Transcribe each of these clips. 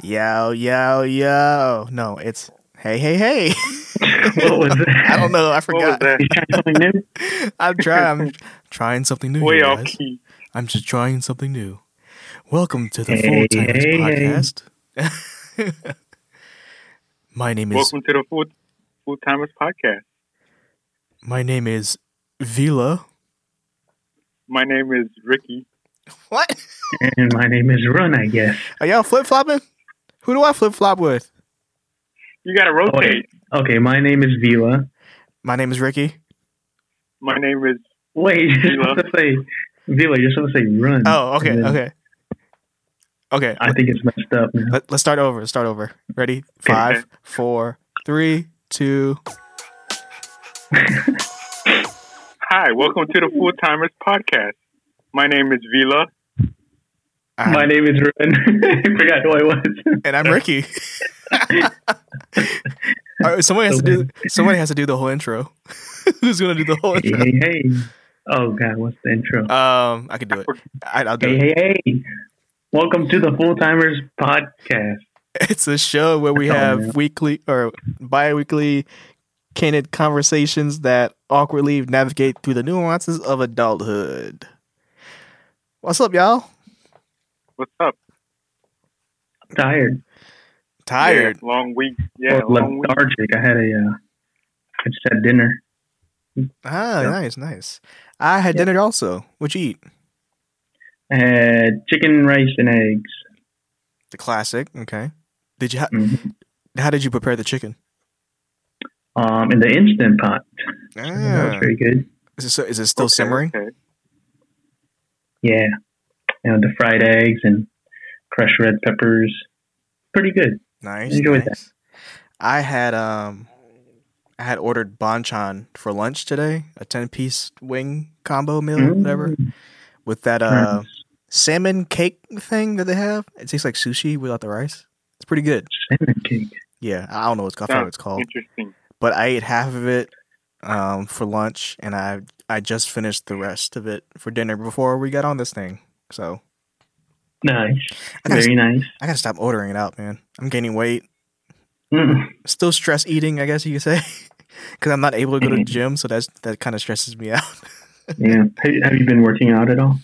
Yo, yo, yo. No, it's hey, hey, hey. What was that? I don't know. I What was forgot. that? You trying something new? I'm trying. I'm trying something new. Way you off guys. key. I'm just trying something new. Welcome to the Hey, Full Timers hey, hey. Podcast. my name is Welcome to the Full Full Timers Podcast. my name is Vila. My name is Ricky. What? And my name is Run, I guess. Are y'all flip flopping? Who do I flip flop with? You gotta Oh, rotate. wait. Okay, my name is Vila. My name is Ricky. My name is Wait, you're Vila. supposed to say Vila. You're supposed to say Run. Oh, okay, Mm-hmm. And then okay, okay. I think it's messed up. Now. Let, let's start over. Let's start over. Ready? Five, four, three, two. Hi, welcome to the Full Timers Podcast. My name is Vila. I'm- My name is Run. I forgot who I was. and I'm Ricky. All right, somebody has to do. Somebody has to do the whole intro. Who's gonna do the whole hey, intro? hey, hey. Oh God, what's the intro? Um, I can do it. I, I'll do hey, it. hey, hey. Welcome to the Full Timers Podcast. It's a show where we Oh, have man. weekly or bi-weekly candid conversations that awkwardly navigate through the nuances of adulthood. What's up, y'all? What's up? Tired. Tired. Yeah, long week. Yeah, Well, long week. lethargic. I had a. Uh, I just had dinner. Ah, Yeah. nice, nice. I had dinner also. What'd you eat? I had chicken, rice, and eggs. The classic. Okay. Did you? Ha- Mhm. how did you prepare the chicken? Um, in the instant pot. That was Ah. very good. Is it, so, is it still Okay, simmering? okay. Yeah. You know, the fried eggs and crushed red peppers. Pretty good. Nice. Enjoyed nice. I had um I had ordered banchan for lunch today, a 10-piece wing combo meal, whatever, Mm, with that uh nice. salmon cake thing that they have. It tastes like sushi without the rice. It's pretty good. Salmon cake. Yeah, I don't know what's called, Sounds what it's called, Interesting. but I ate half of it um for lunch and I I just finished the rest of it for dinner before we got on this thing. So, Nice. I gotta, Very nice. I gotta stop ordering it out, man. I'm gaining weight. Mm. still stress eating, I guess you could say, because I'm not able to go to the Mhm. gym, so that's that kind of stresses me out. Yeah. Have, have you been working out at all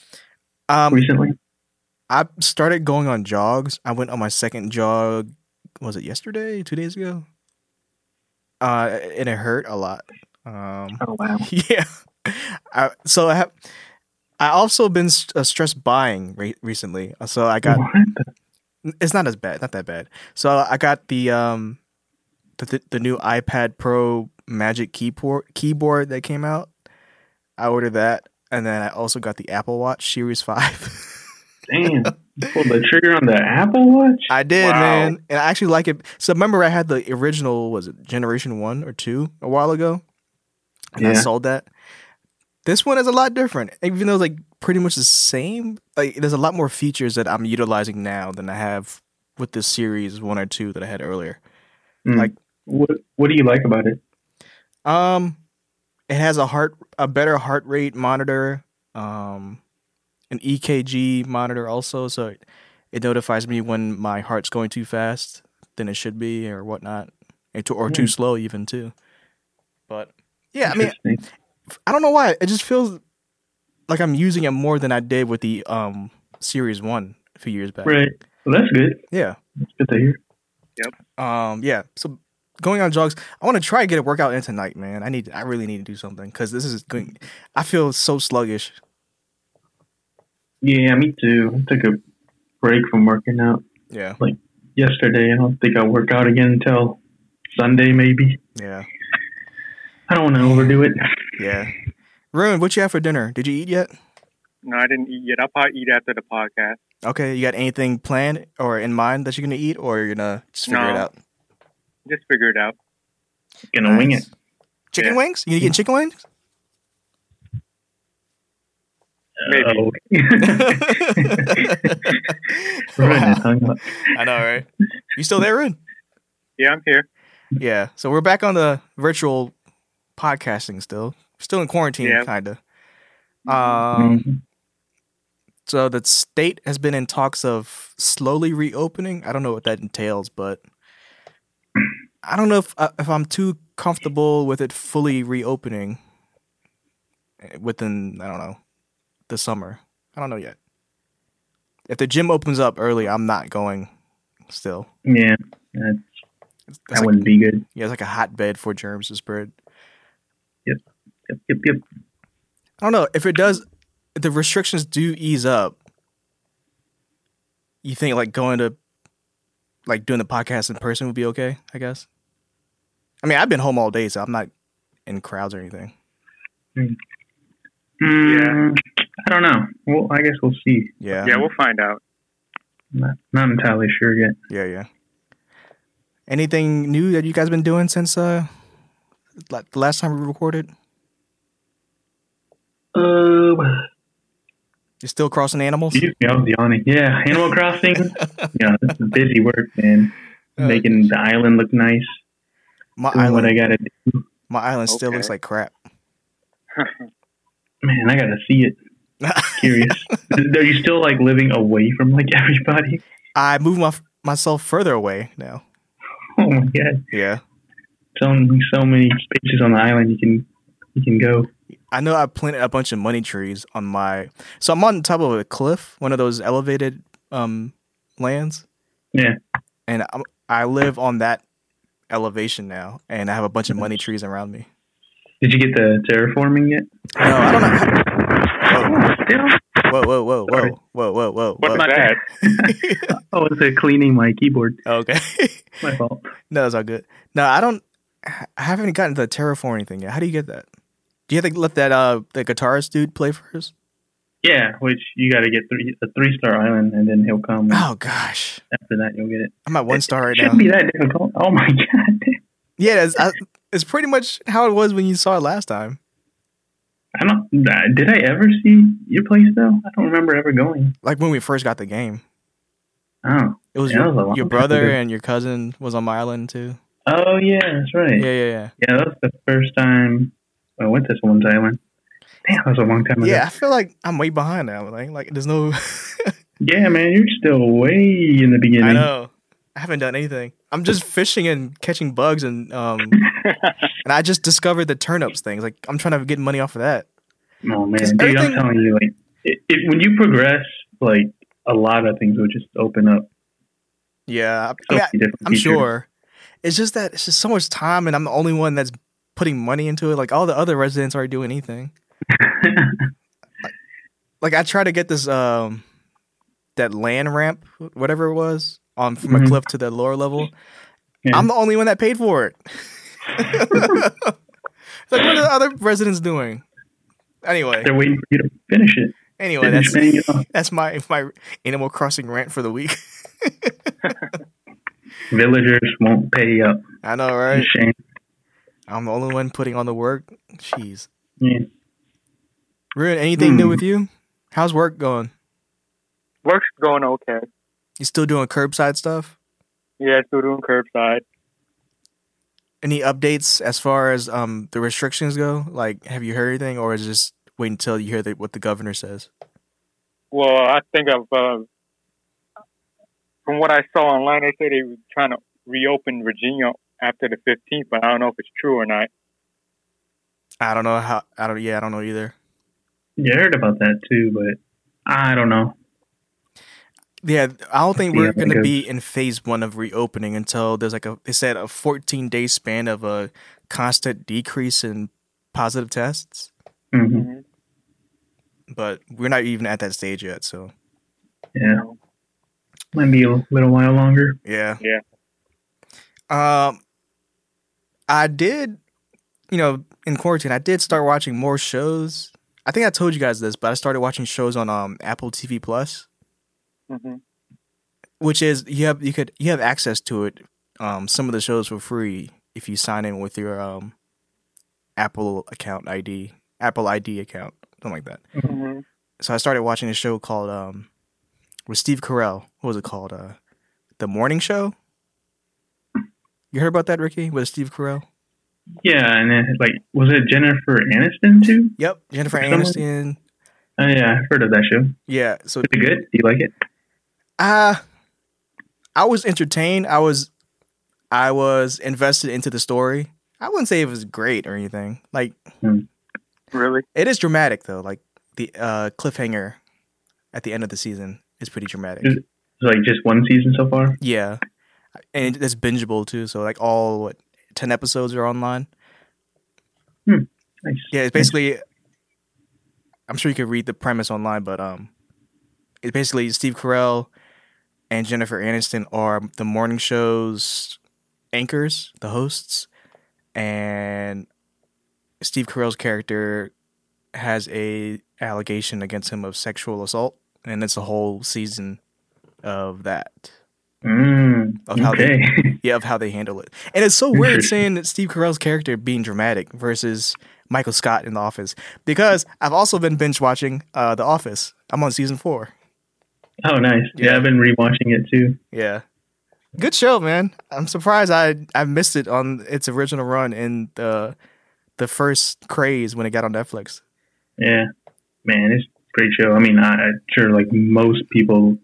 Um, recently? I started going on jogs. I went on my second jog. Was it yesterday? Two days ago? Uh, and it hurt a lot. Um, Oh, wow. yeah. I, so I have. I also been st- uh, stress buying re- recently, so I got What the- it's not as bad, not that bad. So I got the um the the, the new iPad Pro Magic keyboard keyboard that came out. I ordered that, and then I also got the Apple Watch Series Five. Damn. You Pulled the trigger on the Apple Watch? I did, Wow. man, and I actually like it. So remember, I had the original was it Generation One or Two a while ago, and I Yeah. sold that. This one is a lot different, even though it's like pretty much the same. Like there's a lot more features that I'm utilizing now than I have with the Series One or Two that I had earlier. Mm. like- what, what do you like about it? Um, it has a heart, a better heart rate monitor, um, an EKG monitor also, so it, it notifies me when my heart's going too fast than it should be or whatnot, or too, or too Hmm. slow even too. But yeah, I mean, Interesting. I don't know why it just feels like I'm using it more than I did with the um Series One a few years back. right. Well, that's good. Yeah. That's good to hear. Um, yeah. So going on jogs, I want to try to get a workout in tonight, man. I need, I really need to do something because this is going. I feel so sluggish. Yeah, me too. I took a break from working out. Yeah, yesterday. I don't think I'll work out again until Sunday, maybe. yeah, I don't want to overdo it. yeah. Ruin, what you have for dinner? Did you eat yet? No, I didn't eat yet. I'll probably eat after the podcast. Okay, you got anything planned or in mind that you're gonna eat, or you're gonna just figure it No. out? Just figure it out. Gonna wing it. Chicken Yeah. wings? You getting chicken wings? Maybe. Uh, Run is Wow. hung up. I know, right? You still there, Ruin? Yeah, I'm here. Yeah. So we're back on the virtual podcasting still, still in quarantine, Yeah. kinda. Mm-hmm. Um, so the state has been in talks of slowly reopening. I don't know what that entails, but I don't know if uh, if I'm too comfortable with it fully reopening eh, within I don't know the summer. I don't know yet. If the gym opens up early, I'm not going. Still, yeah, that, That's that like- wouldn't be good. yeah, it's like a hotbed for germs to spread. Yep, yep, yep. I don't know if it does. If the restrictions do ease up, you think like going to, like doing the podcast in person would be okay? I guess. I mean, I've been home all day, so I'm not in crowds or anything. Mm, I don't know. Well, I guess we'll see. Yeah, Yeah, we'll find out. Not, not entirely sure yet. yeah, yeah. Anything new that you guys been doing since uh, la- the last time we recorded? Uh, Um, You still crossing animals? excuse me, I was yawning. Yeah, Animal Crossing. yeah, this is busy work, man. Uh, Making the island look nice. my Doing what I island, gotta do. my island still Okay. looks like crap. Man, I gotta see it. Curious. Are you still like living away from like everybody? I moved my myself further away now. Oh my god! Yeah. So so many spaces on the island you can you can go. I know I planted a bunch of money trees on my. So I'm on top of a cliff, one of those elevated um, lands. Yeah. And I'm, I live on that elevation now, and I have a bunch of money trees around me. Did you get the terraforming yet? No, I don't know. Oh, still? Whoa, whoa, whoa, Sorry. whoa, whoa, whoa, whoa. What's whoa. my- that? Oh, it's uh, cleaning my keyboard. okay. My fault. no, that's all good. No, I don't. I haven't gotten the terraforming thing yet. How do you get that? Do you have to let that uh the guitarist dude play first? Yeah, which you got to get three, a three star island, and then he'll come. Oh gosh, After that, you'll get it. I'm at one star right Shouldn't now. be that difficult. Oh my god! Yeah, that's, I, it's pretty much how it was when you saw it last time. I don't. nah, Did I ever see your place though? I don't remember ever going. Like when we first got the game, Oh, it was Yeah, that your, was a long your time brother ago. and your cousin was on my island too. oh yeah, that's right. Yeah, Yeah, yeah, yeah. that was the first time I went to someone's island. Damn, that was a long time ago. Yeah, I feel like I'm way behind now. Like, like there's no. Yeah, man, you're still way in the beginning. I know. I haven't done anything. I'm just fishing and catching bugs and um and I just discovered the turnips things. Like I'm trying to get money off of that. Oh man, 'Cause dude, I'm everything- telling you, like, it, it, when you progress, like a lot of things will just open up. Yeah, I- So I mean, I- many different I'm features. sure. It's just that it's just so much time, and I'm the only one that's putting money into it. Like all the other residents aren't doing anything. like I tried to get this um that land ramp, whatever it was, on from a Mhm. cliff to the lower level. Yeah. I'm the only one that paid for it. it's like what are the other residents doing? Anyway, They're waiting for you to finish it. anyway, finish that's paying it off. that's my my Animal Crossing rant for the week. Villagers won't pay up. I know, right? Shame. I'm the only one putting on the work. Jeez, Yeah. Ruin, anything new Hmm. with you? How's work going? Work's going okay. You still doing curbside stuff? Yeah, still doing curbside. any updates as far as um the restrictions go? Like, have you heard anything, or is it just wait until you hear the, what the governor says? Well, I think I've, uh, from what I saw online, they say they were trying to reopen Virginia after the 15th, but I don't know if it's true or not. I don't know how. I don't. Yeah, I don't know either. Yeah, I heard about that too, but I don't know. Yeah, I don't think Yeah, we're I going to guess. be in phase one of reopening until there's like a they said a 14 day span of a constant decrease in positive tests, hmm but we're not even at that stage yet. So Yeah, might be a little while longer. yeah, Yeah. Um, I did, you know, in quarantine, I did start watching more shows. I think I told you guys this, but I started watching shows on um Apple TV Plus, hmm which is you have you could you have access to it, um, some of the shows for free if you sign in with your um Apple account ID, Apple ID account, something like that. hmm So I started watching a show called um with Steve Carell. What was it called? Uh, The Morning Show. You heard about that, Ricky? With Steve Carell. Yeah, and then like was it Jennifer Aniston too? Yep, Jennifer Someone- Aniston. Oh yeah, I've heard of that show. Is Yeah, so it good? Do you like it? uh I was entertained. I was I was invested into the story. I wouldn't say it was great or anything. Like Really? it is dramatic though. Like the uh cliffhanger at the end of the season is pretty dramatic. Is- It's like just one season so far. Yeah. And it's bingeable too, so like all what ten episodes are online. Nice. Yeah, it's basically. I'm sure you could read the premise online, but um, it's basically Steve Carell and Jennifer Aniston are the morning show's anchors, the hosts, and Steve Carell's character has a allegation against him of sexual assault, and it's a whole season of that. Mm, Of how they- okay. Yeah, of how they handle it. And it's so weird Interesting. seeing Steve Carell's character being dramatic versus Michael Scott in The Office because I've also been binge watching uh, The Office. I'm on season four. oh, nice. Yeah. Yeah. I've been rewatching it too. Yeah. Good show, man. I'm surprised I I missed it on its original run in the the first craze when it got on Netflix. Yeah, man, it's a great show. I mean, I, I'm sure like most people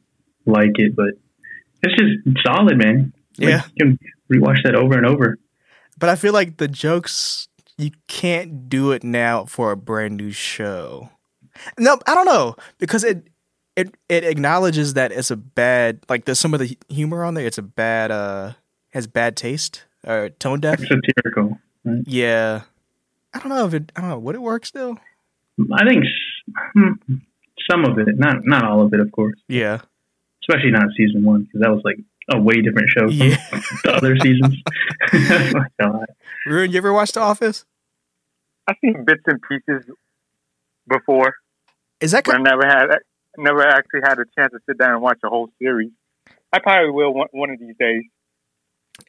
like it, but it's just solid, man. Like, Yeah. you can rewatch that over and over. But I feel like the jokes you can't do it now for a brand new show. No, I don't know because it it it acknowledges that it's a bad like there's some of the hu- humor on there. It's a bad uh has bad taste or tone deaf. It's satirical. Yeah, I don't know if it I don't know would it work still. I think s- hmm, some of it, not not all of it, of course. Yeah, Especially not season one, because that was like a way different show from yeah. the other seasons. Oh my God. Ruin, you ever watch The Office? I've seen bits and pieces before, Is that but I kind never had, never actually had a chance to sit down and watch a whole series. I probably will one, one of these days.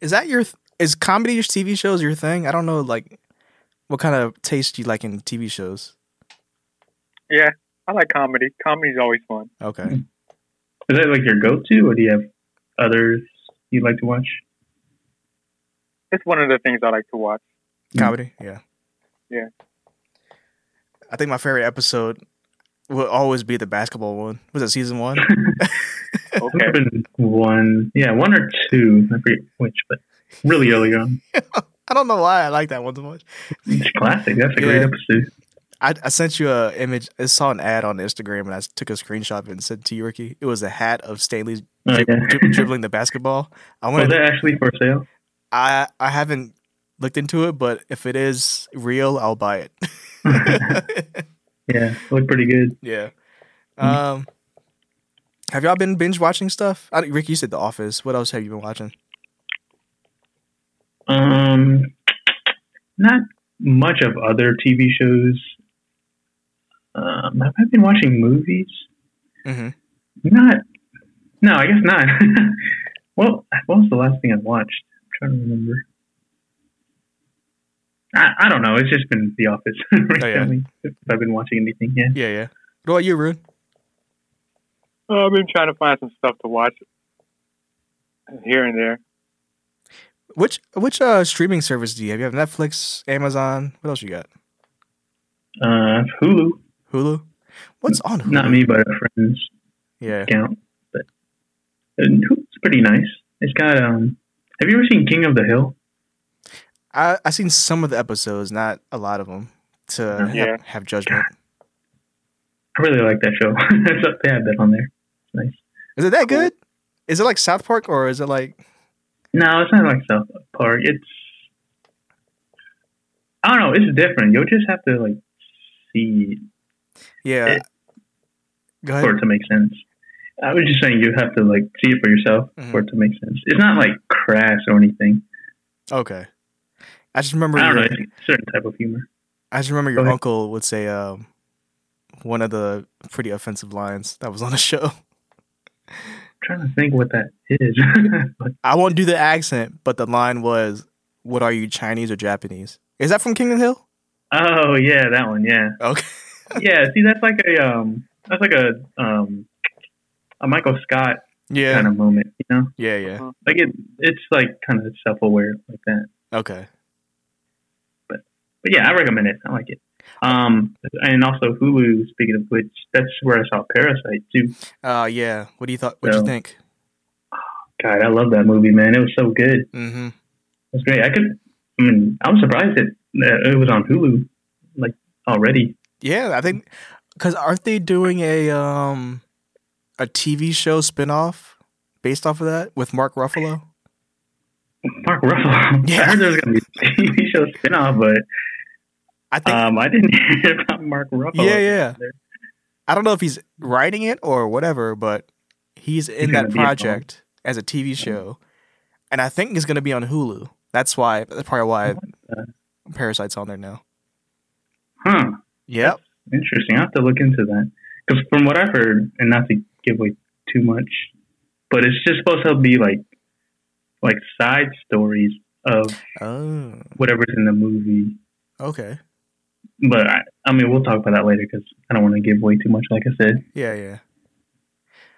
is that your th- is comedy or TV shows your thing? I don't know like what kind of taste you like in TV shows. I like comedy. Comedy's always fun. Okay. Is that like your go-to, or do you have others you like to watch? It's one of the things I like to watch. comedy. Yeah. Yeah. I think my favorite episode will always be the basketball one. Was it season one? It might Okay. have been one, yeah, one or two. I forget which, but really early on. I don't know why I like that one so much. It's classic. That's a great Yeah. episode. I, I sent you a image. I saw an ad on Instagram and I took a screenshot of it and sent it to you, Ricky. It was a hat of Stanley Oh, dri- yeah. Oh, dri- dribbling the basketball. I Was want. that actually for sale? I I haven't looked into it, but if it is real, I'll buy it. yeah, looked pretty good. yeah. Um. Have y'all been binge watching stuff? I, Ricky, you said The Office. What else have you been watching? Um, not much of other TV shows. Um, have I been watching movies? Mm-hmm. Not. No, I guess not. well, what was the last thing I watched? I'm trying to remember. I, I don't know. It's just been The Office recently. If I've been watching anything, yeah. Yeah, yeah. What about you, Rude? Uh, I've been trying to find some stuff to watch here and there. Which which uh streaming service do you have? You have Netflix, Amazon. What else you got? Uh, Hulu. Hulu. What's on Hulu? Not me, but a friend's Yeah. account. But and it's pretty nice. It's got um. Have you ever seen King of the Hill? I I seen some of the episodes, not a lot of them. To ha- Yeah. have, judgment. I really like that show. It's up- they have that on there. It's nice. Is it that good? Is it like South Park or is it like? No, it's not like South Park. It's I don't know. It's different. You'll just have to like see Yeah. It- Go for ahead. it to make sense. I was just saying you have to like see it for yourself for it to make sense. It's not like crass or anything. Okay. I just remember. I don't know. Your, It's a certain type of humor. I just remember Go your ahead. uncle would say um one of the pretty offensive lines that was on the show. I'm trying to think what that is. But I won't do the accent, but the line was, "What are you Chinese or Japanese?" Is that from King of the Hill? oh yeah, that one. Yeah. Okay. yeah, see, that's like a um, that's like a um, a Michael Scott Yeah. kind of moment, you know? Yeah. Yeah. Like it, it's like kind of self-aware like that. Okay. But yeah, I recommend it. I like it. Um, and also Hulu. Speaking of which, that's where I saw Parasite too. Uh, yeah. What do you thought? What do you So- think? God, I love that movie, man. It was so good. It Mm-hmm. was great. I could. I mean, I'm surprised that uh, it was on Hulu like already. Yeah, I think because aren't they doing a um a TV show spinoff based off of that with Mark Ruffalo? Mark Ruffalo. Yeah. I heard there was gonna be a TV show spinoff, but I think um, I didn't hear about Mark Ruffalo. Yeah, yeah. I don't know if he's writing it or whatever, but he's in He's gonna that be involved. project as a TV show, and I think it's going to be on Hulu. That's why. That's probably why Parasite's on there now. Huh. Yep. Interesting. I have to look into that because from what I've heard, and not to give away too much, but it's just supposed to be like like side stories of Oh, whatever's in the movie. okay. But I, I mean, we'll talk about that later because I don't want to give away too much. Like I said, Yeah, yeah,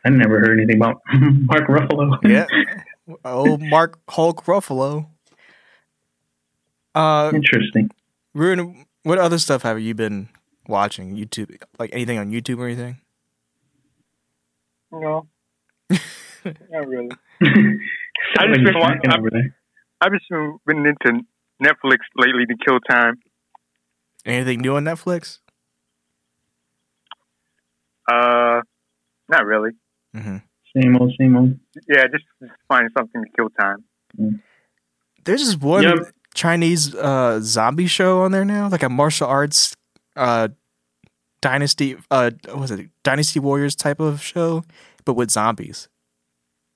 I never heard anything about Mark Ruffalo. yeah. oh, Mark Hulk Ruffalo. Uh, Interesting. Ruin, what other stuff have you been watching? YouTube, like anything on YouTube or anything? No, not really. I just been watching- I've just been, been into Netflix lately to kill time. Anything new on Netflix? Uh, not really. hmm Same old, same old. Yeah, just, just find something to kill time. There's this one Yep. Chinese uh, zombie show on there now, like a martial arts uh, dynasty. Uh, what was it Dynasty Warriors type of show, but with zombies?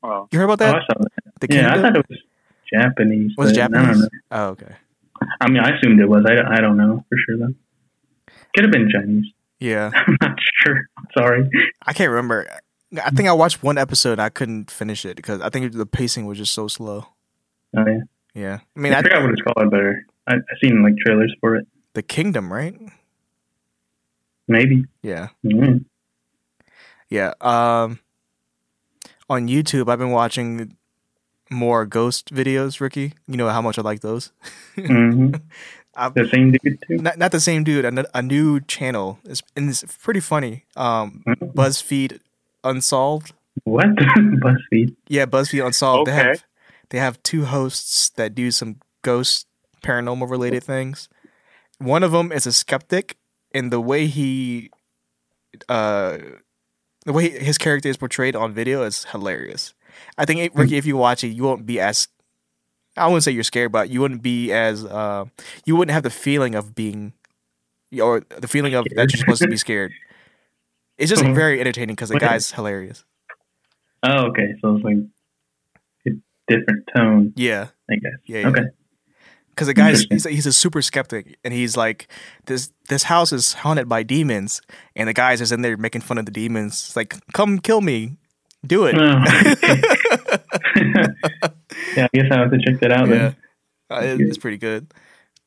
Well, You heard about Oh, I that? saw that. the Yeah, I Kingdom thought it was Japanese. was it but I don't know. Japanese. Oh, okay. I mean, I assumed it was. I, I don't know for sure though. Could have been Chinese. Yeah, I'm not sure. I'm sorry. I can't remember. I think I watched one episode. and I couldn't finish it because I think the pacing was just so slow. Oh, yeah. Yeah, I I, mean, I, forgot what it's called, but I, I seen like trailers for it. the Kingdom, right? Maybe. Yeah. Mm. Yeah. Um on YouTube I've been watching more ghost videos, Ricky. You know how much I like those. hmm I've- The same dude too. Not not the same dude, a, a new channel. It's and it's pretty funny. Um Mm. BuzzFeed Unsolved. What? Buzzfeed. Yeah, BuzzFeed Unsolved. They Okay. have they have two hosts that do some ghost paranormal related things. One of them is a skeptic, and the way he, uh, the way his character is portrayed on video is hilarious. I think eh, Ricky, if you watch it, you won't be as I wouldn't say you're scared, but you wouldn't be as uh, you wouldn't have the feeling of being, or the feeling of that you're supposed to be scared. It's just Mhm. very entertaining because the Okay. guy's hilarious. Oh, okay. So it's like a different tone, Yeah, I guess. yeah. yeah. Okay. because the guy's he's, Interesting. he's a super skeptic and he's like this this house is haunted by demons and the guy's just in there making fun of the demons it's like come kill me do it Oh, okay. yeah, I guess I have to check that out. yeah Then. Uh, it- it's pretty good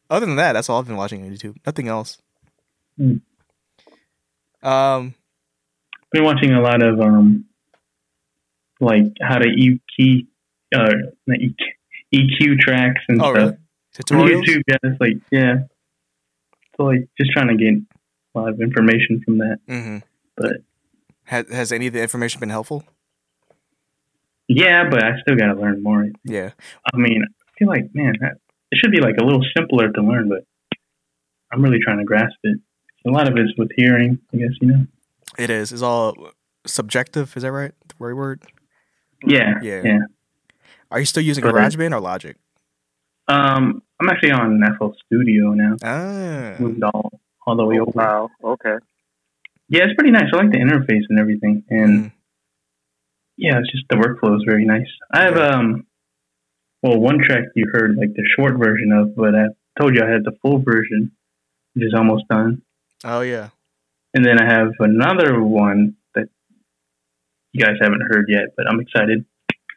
other than that that's all i've been watching on youtube nothing else Hmm. um Been watching a lot of um, like how to EQ, uh, not EQ, EQ tracks and oh stuff. really tutorials On YouTube, yeah, it's like yeah. So like just trying to get a lot of information from that. hmm But has, has any of the information been helpful yeah, but I still gotta learn more. yeah I mean, I feel like man, that, it should be like a little simpler to learn, but I'm really trying to grasp it. A lot of it's with hearing, I guess you know. it is it's all subjective is that right the right word Yeah, Yeah. yeah. are you still using Correct. garageband or logic Um, I'm actually on FL Studio now. ah Moved all all the way over. oh, wow. Okay. Yeah, it's pretty nice. I like the interface and everything, and. Mm. yeah, it's just the workflow is very nice. I have um, well, one track you heard like the short version of, but I told you I had the full version, which is almost done, oh yeah and then I have another one that you guys haven't heard yet, but I'm excited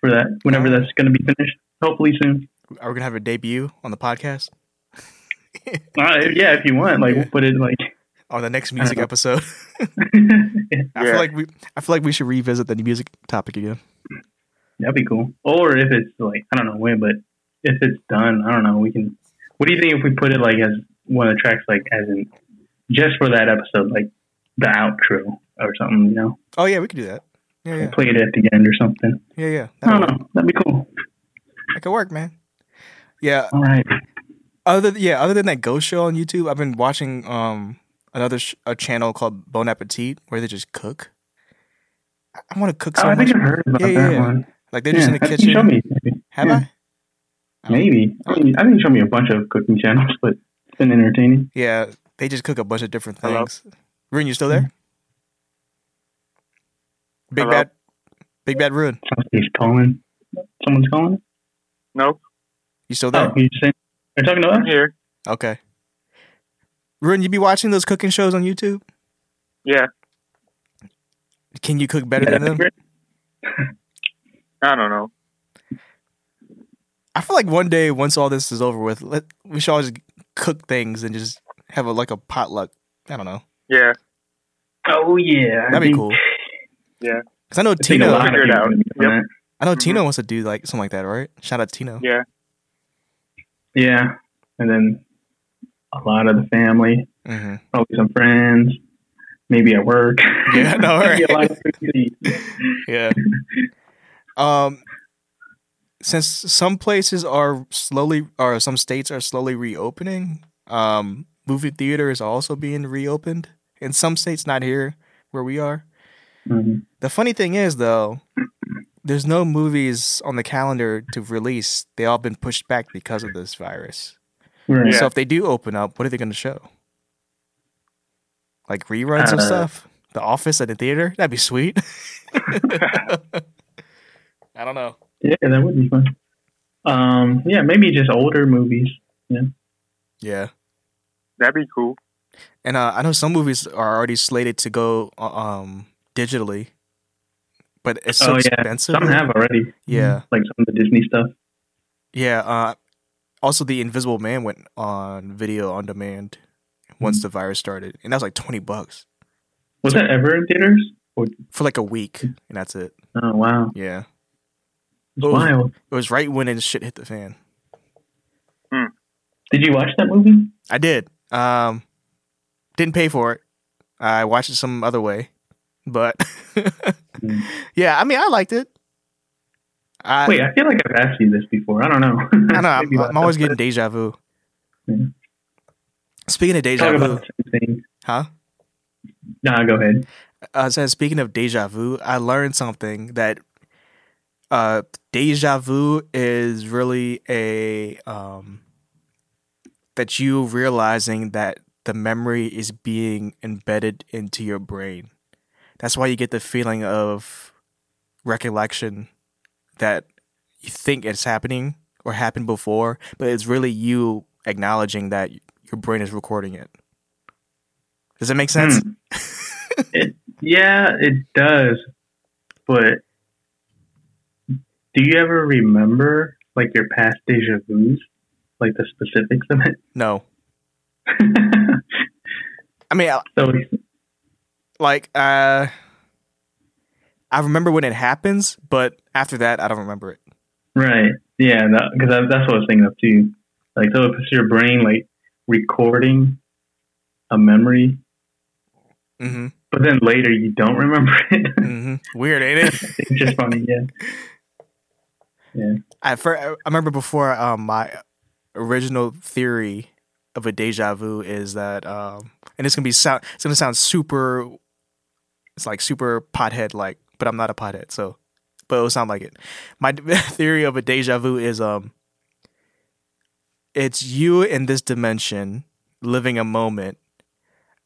for that. Whenever that's going to be finished, hopefully soon. Are we gonna have a debut on the podcast Uh, yeah, if you want, like Yeah. we'll put it like. on the next music know. episode? I Yeah. feel like we, I feel like we should revisit the music topic again. That'd be cool. Or if it's like I don't know when, but if it's done, I don't know. We can. What do you think if we put it like as one of the tracks, like as in just for that episode, like the outro or something. You know, Oh yeah, we could do that. Yeah, yeah, play it at the end or something. yeah, yeah. I That, don't know. That'd be cool. that could work, man. Yeah, All right. other yeah, other than that ghost show on YouTube, I've been watching um another sh- a channel called Bon Appetit where they just cook. I, I want to cook so oh, I much. think I heard about Yeah, yeah, that yeah. one. Like they're just in I the think you showed kitchen. Oh. me. Have yeah. I? I don't- Maybe. I mean, I think you showed me a bunch of cooking channels, but it's been entertaining. Yeah, they just cook a bunch of different Hello? things. Rune, you still there? Big Hello? bad, big bad Rune, Somebody's calling. Someone's calling. Nope. you still there? Oh, you saying they're talking to us? I'm here. Okay. Rune, you be watching those cooking shows on YouTube? Yeah. Can you cook better than them? I don't know. I feel like one day, once all this is over with, let we should always cook things and just have a like a potluck. I don't know. Yeah. Oh yeah. I That'd be think- cool. Yeah. Cause I know I think a Tino. lot Mm-hmm. of Figure it people out. would be doing that. I know Tino wants to do like something like that, right? Shout out to Tino. Yeah. Yeah. And then a lot of the family, hmm probably some friends, maybe at work. Yeah, I know, Maybe a right? lot of food to eat. Yeah. um, since some places are slowly, or some states are slowly reopening, um, movie theater is also being reopened in some states, not here where we are. Mhm. The funny thing is, though, there's no movies on the calendar to release. They all been pushed back because of this virus. Right. Yeah. So if they do open up, what are they going to show? Like reruns of Uh, stuff? The Office at the theater? That'd be sweet. I don't know. Yeah, that would be fun. Um, yeah, maybe just older movies. Yeah, That'd be cool. and uh, I know some movies are already slated to go uh, um digitally, but it's so Oh, yeah. expensive. Some have already. Mm-hmm. Yeah. Like some of the Disney stuff. Yeah. Uh, also, The Invisible Man went on video on demand once Mm-hmm. the virus started, and that was like twenty bucks Was that ever in theaters? for like a week, Mm. and that's it. Oh wow. Yeah, It's Oh. wild. it was right when and shit hit the fan. Did you watch that movie? I did. Um, didn't pay for it. I watched it some other way, but yeah, I mean, I liked it. I, Mm. Wait, I feel like I've asked you this before. I don't know. I know. I'm, Maybe I'm last always episode. getting deja vu. Yeah. Speaking of deja vu, Talk Mm. about the same thing. huh? Nah, go ahead. Uh, so speaking of deja vu, I learned something that uh, deja vu is really a um, that you realizing that the memory is being embedded into your brain. That's why you get the feeling of recollection that you think it's happening or happened before, but it's really you acknowledging that your brain is recording it. Does that make sense? Hmm. it, yeah, it does. But do you ever remember like your past deja vu's, like the specifics of No. it? I mean, so like uh I remember when it happens, but after that I don't remember it. right, yeah, because that's what I was thinking of too. Like, so if it's your brain like recording a memory, hmm but then later you don't remember it. hmm Weird, ain't it? it's just funny, yeah. I fir- I remember before um my original theory of a deja vu is that um and it's gonna be sound it's gonna sound super it's like super pothead like, but I'm not a pothead, so but it'll sound like it. My theory of a deja vu is um it's you in this dimension living a moment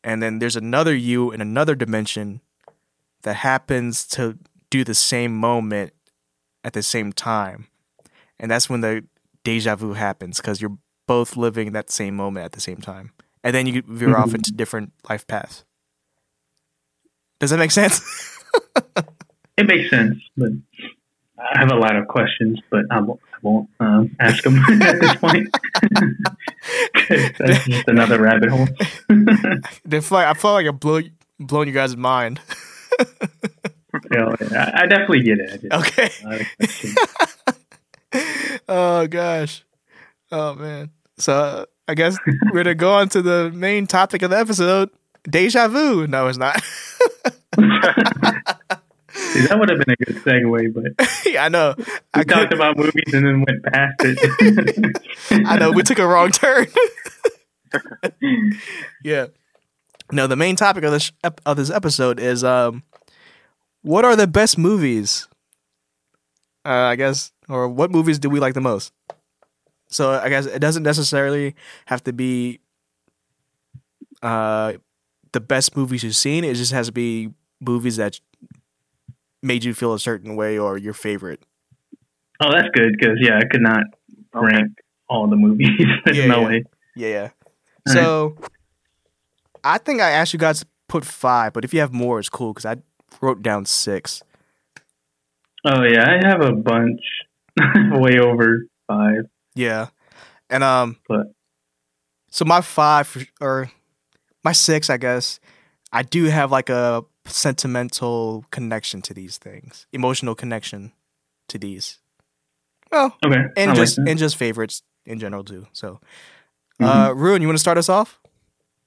and then there's another you in another dimension that happens to do the same moment at the same time and that's when the deja vu happens because you're both living that same moment at the same time and then you veer off Mhm. into different life paths does that make sense It makes sense, but I have a lot of questions, but I won't, I won't um, ask them at this point. 'Cause That's just another rabbit hole. They feel like- i felt like i blew blowing you guys mind So, I, I definitely get it. I just, okay a lot of questions. oh gosh. Oh man. So I guess we're gonna go on to the main topic of the episode: deja vu. No, it's not. See, that would have been a good segue, but Yeah, I know. we I talked could, about movies and then went past it. I know we took a wrong turn. yeah. No, the main topic of this ep- of this episode is um, what are the best movies? Uh, I guess, or what movies do we like the most? So I guess it doesn't necessarily have to be uh, the best movies you've seen. It just has to be movies that made you feel a certain way or your favorite. Oh, that's good because yeah, I could not Okay. rank all the movies. There's Yeah, no yeah. way. Yeah, yeah. All So I think I asked you guys to put five, but if you have more, it's cool because I wrote down six. Oh yeah, I have a bunch, way over five. Yeah, and um, But- so my five for- or my six, I guess I do have like a sentimental connection to these things, emotional connection to these. Well, Okay, and I like just that. and just favorites in general too. So, Mm-hmm. uh, Ruin, you want to start us off?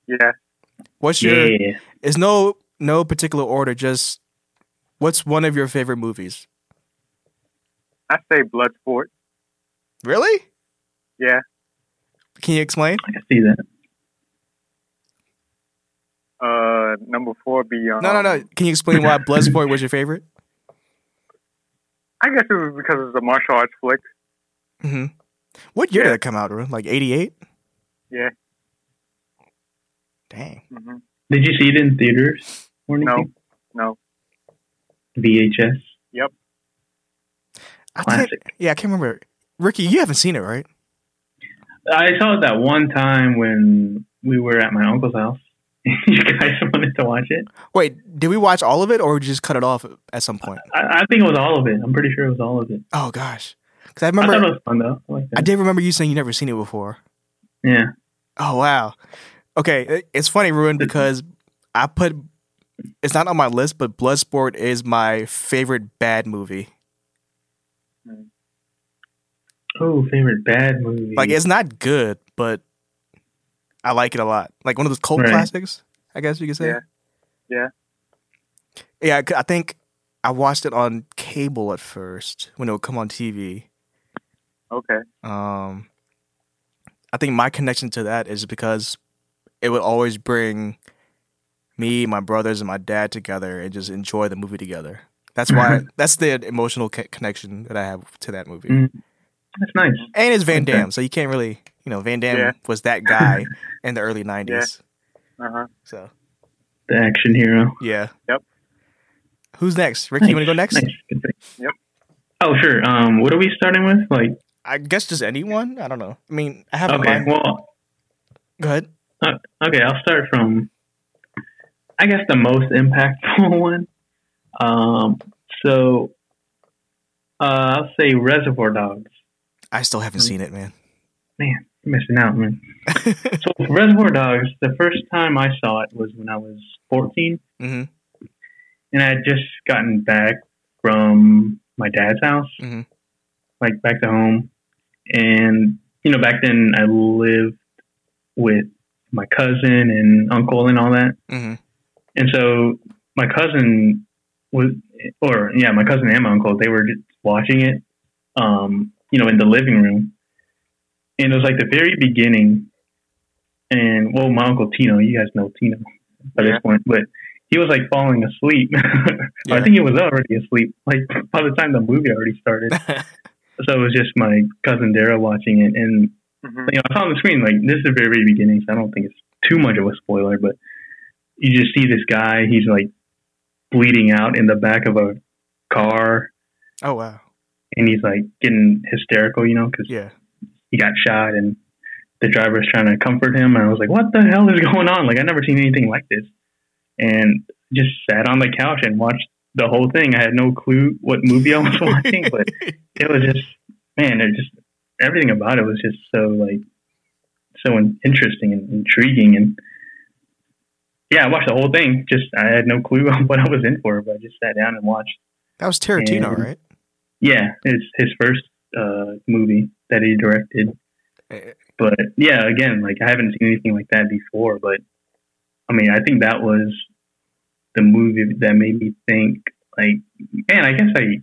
Yeah. What's your yeah. It's no no particular order. Just what's one of your favorite movies? I say Bloodsport. Really? Yeah. Can you explain? I can see that. Uh, number four be um, No, no, no. Can you explain why Bloodsport was your favorite? I guess it was because it's a martial arts flick. hmm What year Yeah. did it come out? Ruben? Like eighty eight? Yeah. Dang. hmm Did you see it in theaters or No. anything? No. VHS I can't, classic. yeah, I can't remember. Ricky, you haven't seen it, right? I saw it that one time when we were at my uncle's house. you guys wanted to watch it. Wait, did we watch all of it, or did we just cut it off at some point? I, I think it was all of it. I'm pretty sure it was all of it. Oh gosh, because I I remember thought it was fun though. I like I that. did remember you saying you never seen it before. Yeah. Oh wow. Okay, it- it's funny, Ruin, because I put it's not on my list, but Bloodsport is my favorite bad movie. Oh, favorite bad movie. Like it's not good, but I like it a lot. Like one of those cult Right. classics, I guess you could say. Yeah. Yeah. Yeah, I I think I watched it on cable at first when it would come on TV. Okay. Um, I think my connection to that is because it would always bring me, my brothers, and my dad together and just enjoy the movie together. That's why that's the emotional co- connection that I have to that movie. Mm-hmm. Mm. that's nice. And it's Van Okay. Damme, so you can't really, you know, Van Damme Yeah. was that guy in the early 90s. Uh huh. So, The action hero. yeah. Yep. Who's next? Ricky, you want to go next? Nice. Good pick. Yep. Oh sure. Um, what are we starting with? Like I guess just anyone. I don't know. I mean, I have a okay, mind. well Go ahead. okay, I'll start from I guess the most impactful one. Um, so uh, I'll say Reservoir Dogs. I still haven't seen it, man. You're missing out, man. so Reservoir Dogs, the first time I saw it was when I was 14, hmm and I had just gotten back from my dad's house, Mhm. like back to home. And, you know, back then I lived with my cousin and uncle and all that. hmm And so my cousin was, or yeah, my cousin and my uncle, they were just watching it, um, you know, in the living room. And it was like the very beginning. And well, my uncle Tino, you guys know Tino by Yeah. this point, but he was like falling asleep. I Yeah. think he was already asleep. Like by the time the movie already started. so it was just my cousin Dara watching it. And hmm you know, I saw on the screen like this is the very beginning, so I don't think it's too much of a spoiler, but you just see this guy, he's like bleeding out in the back of a car, Oh, wow. and he's like getting hysterical, you know, because Yeah. he got shot, and the driver's trying to comfort him, and I was like, what the hell is going on? Like I never seen anything like this, and just sat on the couch and watched the whole thing. I had no clue what movie I was watching, but it was just man, it just everything about it was just so like so in- interesting and intriguing and yeah, I watched the whole thing. Just I had no clue what I was in for, but I just sat down and watched. That was Tarantino, And- right? Yeah, it's his first uh, movie that he directed. Eh, But yeah, again, like I haven't seen anything like that before. But I mean, I think that was the movie that made me think, like, man, I guess I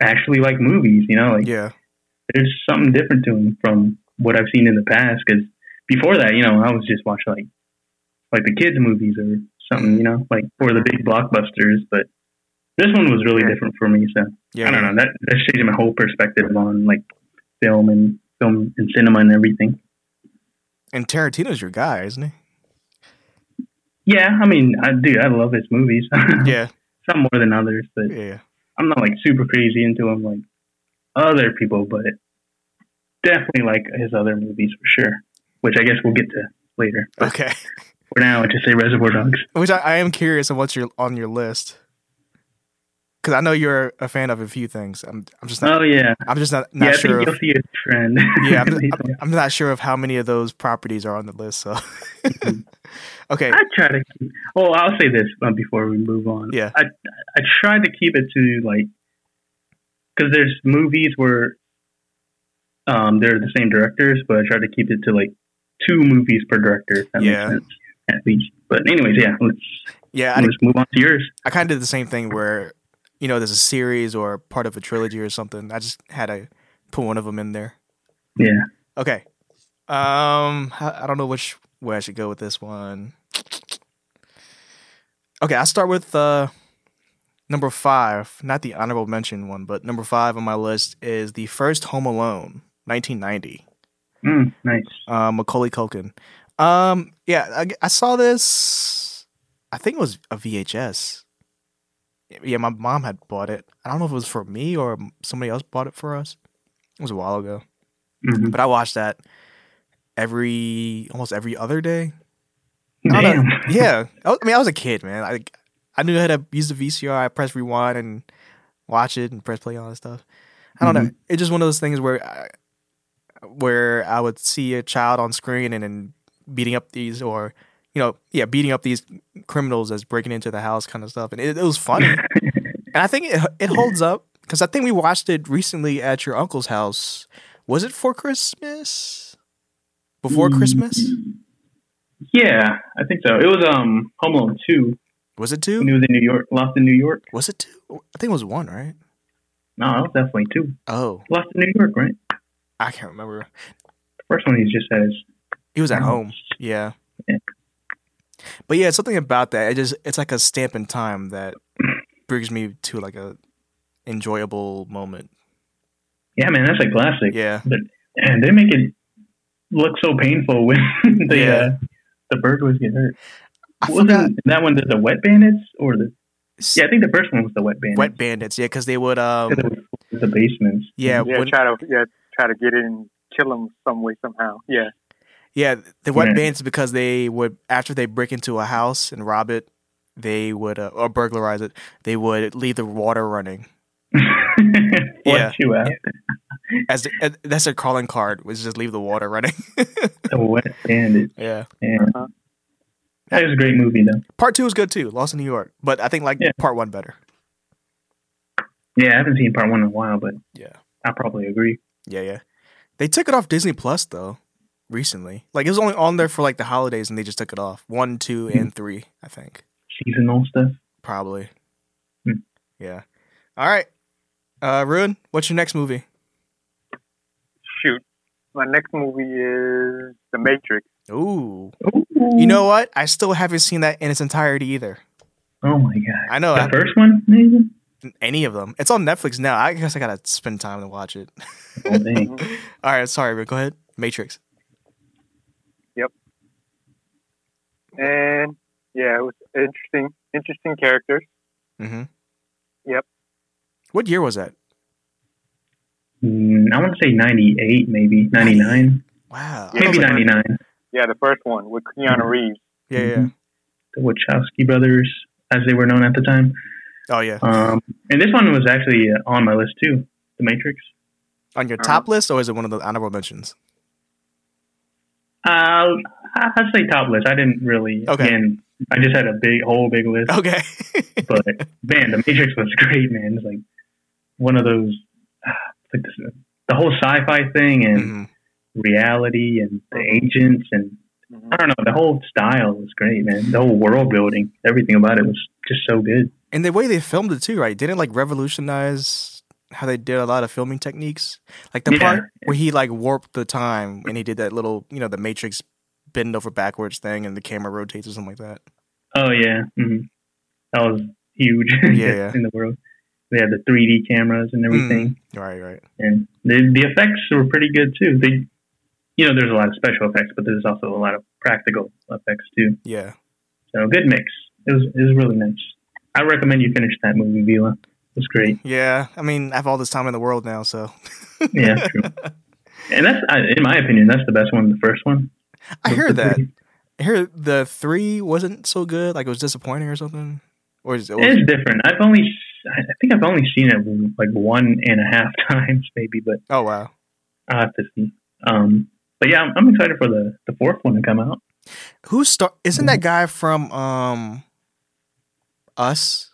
actually like movies. You know, like Yeah. there's something different to them from what I've seen in the past. Because before that, you know, I was just watching like like the kids' movies or something. You know, like or the big blockbusters. But this one was really different for me. So Yeah. I don't know. That that changed my whole perspective on like film and film and cinema and everything. And Tarantino's your guy, isn't Uh-huh. he? Yeah, I mean, I do. I love his movies. Yeah. Some more than others, but Yeah. I'm not like super crazy into him like other people, but definitely like his other movies for sure. Which I guess we'll get to later. But Okay. for now, I just say Reservoir Dogs. Which I, I am curious on what's your on your list. Because I know you're a fan of a few things. I'm I'm just not Oh yeah, I'm just not, not yeah. sure. I think Of, you'll see a trend. yeah, I'm, I'm, I'm not sure of how many of those properties are on the list. So, okay, Mm-hmm. I try to. Keep, oh, I'll say this uh, before we move on. Yeah. I I try to keep it to like because there's movies where um they're the same directors, but I try to keep it to like two movies per director. If that Yeah. makes sense, at least. But anyways, yeah, let's yeah, I, let's move on to yours. I kind of did the same thing where you know there's a series or part of a trilogy or something. I just had to put one of them in there. Yeah. Okay. Um, I, I don't know which way I should go with this one. Okay, I'll start with uh, number five, not the honorable mention one, but number five on my list is the first Home Alone, 1990, Mm, nice. uh, Macaulay Culkin. Um, yeah, I, I saw this. I think it was a VHS. Yeah, my mom had bought it. I don't know if it was for me or somebody else bought it for us. It was a while ago hmm but I watched that every almost every other day. I don't Damn. know. Yeah, I, was- I mean, I was a kid, man. I I knew how to use the VCR. I press rewind and watch it and press play all that stuff. I don't know. It's just one of those things where I, where I would see a child on screen and then beating up these or you know yeah beating up these criminals as breaking into the house kind of stuff, and it, it was funny. and I think it it holds up because I think we watched it recently at your uncle's house. Was it for Christmas? Before Mm-hmm. Christmas? Yeah, I think so. It was um Home Alone two Was it when two? he was in New York, Lost in New York. Was it two? I think it was one, right? No, that was definitely two. Oh, Lost in New York, right? I can't remember. The first one he just says. He was Mm-hmm. at home. Yeah. Yeah. But yeah, something about that. It just it's like a stamp in time that brings me to like a enjoyable moment. Yeah, man, that's a classic. Yeah. and they make it look so painful when the Yeah. uh, the bird was getting hurt. I Wasn't forgot that one the, the wet bandits or the? S- Yeah, I think the first one was the wet bandits. wet bandits. Yeah, because they would um 'Cause it was full of the basements. yeah Yeah, when, try to yeah try to get in, and kill them some way somehow. Yeah, yeah the wet Yeah. bandits because they would after they break into a house and rob it they would uh, or burglarize it they would leave the water running Yeah. Watch you out. as, as that's their calling card was just leave the water running. The wet bandits. yeah. Yeah. Uh-huh. That was a great movie though. Part two is good too, Lost in New York, but I think like Yeah. part one better. Yeah, I haven't seen part one in a while, but Yeah. I probably agree. Yeah, yeah. They took it off Disney Plus though recently. Like it was only on there for like the holidays, and they just took it off one, two, Hmm. and three. I think Seasonal stuff. probably. Hmm. Yeah. All right. Uh, Ruin, what's your next movie? shoot. My next movie is The Matrix. Ooh. Ooh. You Mm. know what? I still haven't seen that in its entirety either. Oh my god. I know The I, first one, maybe. any of them. It's on Netflix now. I guess I gotta spend time to watch it. Oh dang. All right. Sorry, but go ahead. Matrix. And yeah, it was interesting, interesting characters. Mm-hmm. Yep. What year was that? Mm, I want to say ninety-eight, maybe ninety-nine, Wow. Yeah. maybe ninety-nine. Yeah, the first one with Keanu Reeves. Yeah, yeah. Mhm. The Wachowski brothers, as they were known at the time. Oh yeah. Um, and this one was actually uh, on my list too, The Matrix. On your Uh-huh. top list, or is it one of the honorable mentions? Uh, I- I'd say top list. I didn't really. Okay. Again, I just had a big, whole big list. Okay. But man, The Matrix was great, man. It's like one of those, ah, it's like this, the whole sci-fi thing and Mhm. reality and the agents and I don't know. The whole style was great, man. The whole world building, everything about it was just so good. And the way they filmed it too, right? Didn't it, like revolutionize how they did a lot of filming techniques. Like the Yeah. part where he like warped the time and he did that little, you know, the Matrix bend over backwards thing and the camera rotates or something like that. Oh yeah, hmm that was huge. Yeah, yeah. Mm. in the world, they had the 3D cameras and everything. Right, right. and the the effects were pretty good too. They, you know, there's a lot of special effects, but there's also a lot of practical effects too. Yeah. So good mix. It was it was really nice. I recommend you finish that movie, Vila. It was great. Yeah. I mean, I have all this time in the world now, so Yeah, true. and that's I, in my opinion, that's the best one. The first one. I The- hear the that. three. I hear the three wasn't so good, like it was disappointing or something. Or is it was, It's different. I've only s- I I think I've only seen it like one and a half times maybe, but oh wow. I'll have to see. Um, but yeah, I'm, I'm excited for the the fourth one to come out. Who star isn't that guy from um Us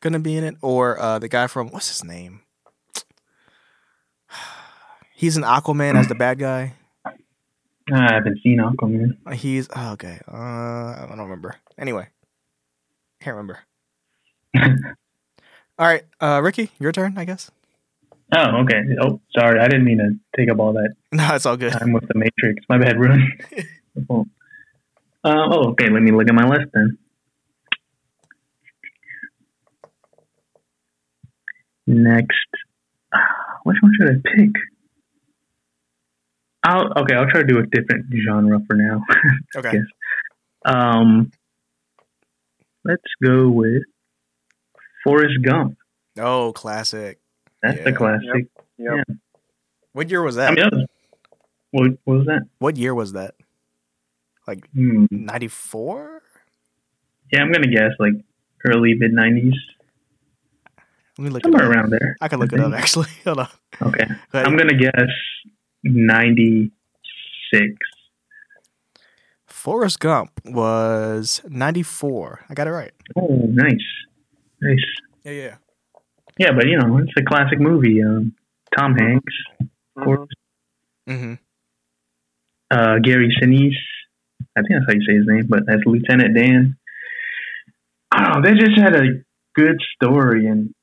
gonna be in it? Or uh the guy from what's his name? He's an Aquaman as the bad guy. I haven't seen Aquaman. He's oh, okay. Uh I don't remember. Anyway. Can't remember. All right, uh Ricky, your turn, I guess. Oh, okay. Oh, sorry. I didn't mean to take up all that No, it's all good. time with the Matrix. My bad, Ruin. oh. Uh, oh, okay. Let me look at my list then. Next, uh, which one should I pick? I'll okay. I'll try to do a different genre for now. Okay. Okay. um, let's go with Forrest Gump. Oh, classic. That's the Yeah. classic. Yep. What year was that? I mean, that was, what, what was that? What year was that? Hmm. 94? Yeah, I'm gonna guess like early mid '90s, Let me look it somewhere up. around there. I can look it up actually. Hold on. Okay, Go ahead. I'm gonna guess '96. Forrest Gump was 94. I got it right. Oh, nice, nice. Yeah, yeah. Yeah, but you know, it's a classic movie. Um, Tom Hanks, Mm-hmm. of course. hmm Uh, Gary Sinise. I think that's how you say his name, but as Lieutenant Dan. I don't know. They just had a good story, and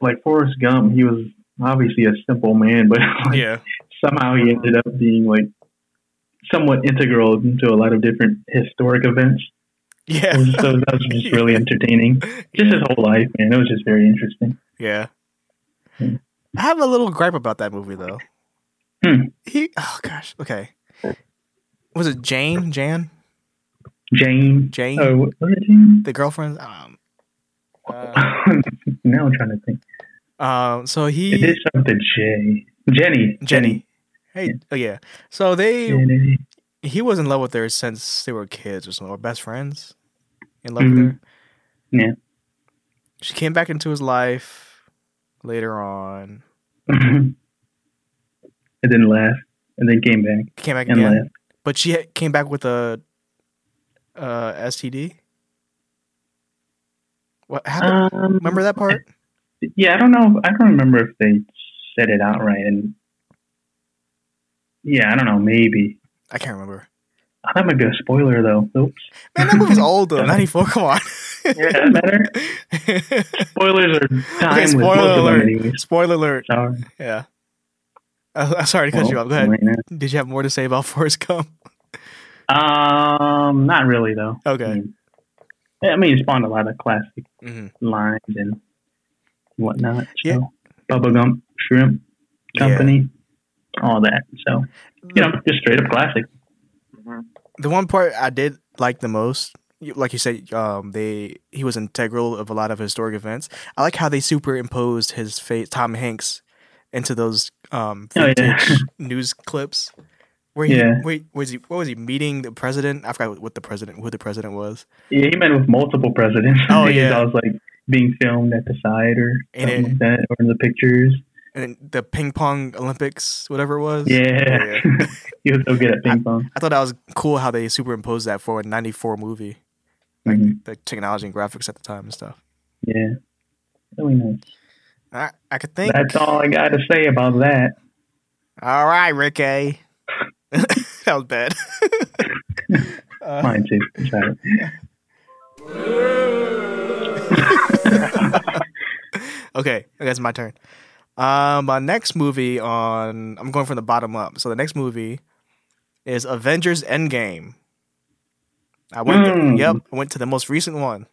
like Forrest Gump, he was obviously a simple man, but like, Yeah. somehow he ended up being like somewhat integral into a lot of different historic events. Yeah. And Oh, so that was just really entertaining. Just his whole life, man. It was just very interesting. yeah. Hmm. I have a little gripe about that movie though. Hmm. He oh gosh. Okay. Was it Jane? Jan? Jane. Jane? Oh, what was it Jane? The girlfriend? Um uh, now I'm trying to think. um, so he It did something to J. Jenny. Jenny. Hey, Yeah. oh yeah. So they Jenny. he was in love with her since they were kids or something, or best friends. In love with Mhm. her. Yeah. She came back into his life later on. it didn't last. And then came back Came back and again, left. but she ha- came back with a uh, STD. What happened? Um, Remember that part? Yeah, I don't know. I don't remember if they said it outright. And yeah, I don't know. Maybe I can't remember. that might be a spoiler though. Oops. Man, that movie's old though. Ninety four. Come on. It doesn't matter. Spoilers are Okay, timeless. spoiler Most of them alert. anyways. Spoiler alert. Sorry. Yeah. Uh, I'm sorry to cut you Well, off. Go ahead. right now. Did you have more to say about Forrest Gump? Um, not really though. I Okay. mean, I mean, it spawned a lot of classic hmm lines and whatnot. So. Yeah. Bubba Gump Shrimp Company, all that. So you know, just straight up classic. Mm-hmm. the one part I did like the most, you- like you said, um, they he was integral of a lot of historic events. I like how they superimposed his face, Tom Hanks, into those um, Oh, yeah. vintage news clips. Where he, Yeah. wait, was he? What was he meeting the president? I forgot what the president, who the president was, Yeah, he met with multiple presidents. Oh, He's yeah. always, like being filmed at the side or And something it- like that, or in the pictures. and then the ping pong Olympics, whatever it was. Yeah, he was so good at ping pong. I thought that was cool how they superimposed that for a '94 movie, like Mhm. the technology and graphics at the time and stuff. Yeah, really nice. I I could think That's all I got to say about that. All right, Ricky. that was bad. Uh, Mine too. It's all right. okay, I guess my turn. Um, my next movie on I'm going from the bottom up. So the next movie is Avengers Endgame. I went. to- Mm. yep, I went to the most recent one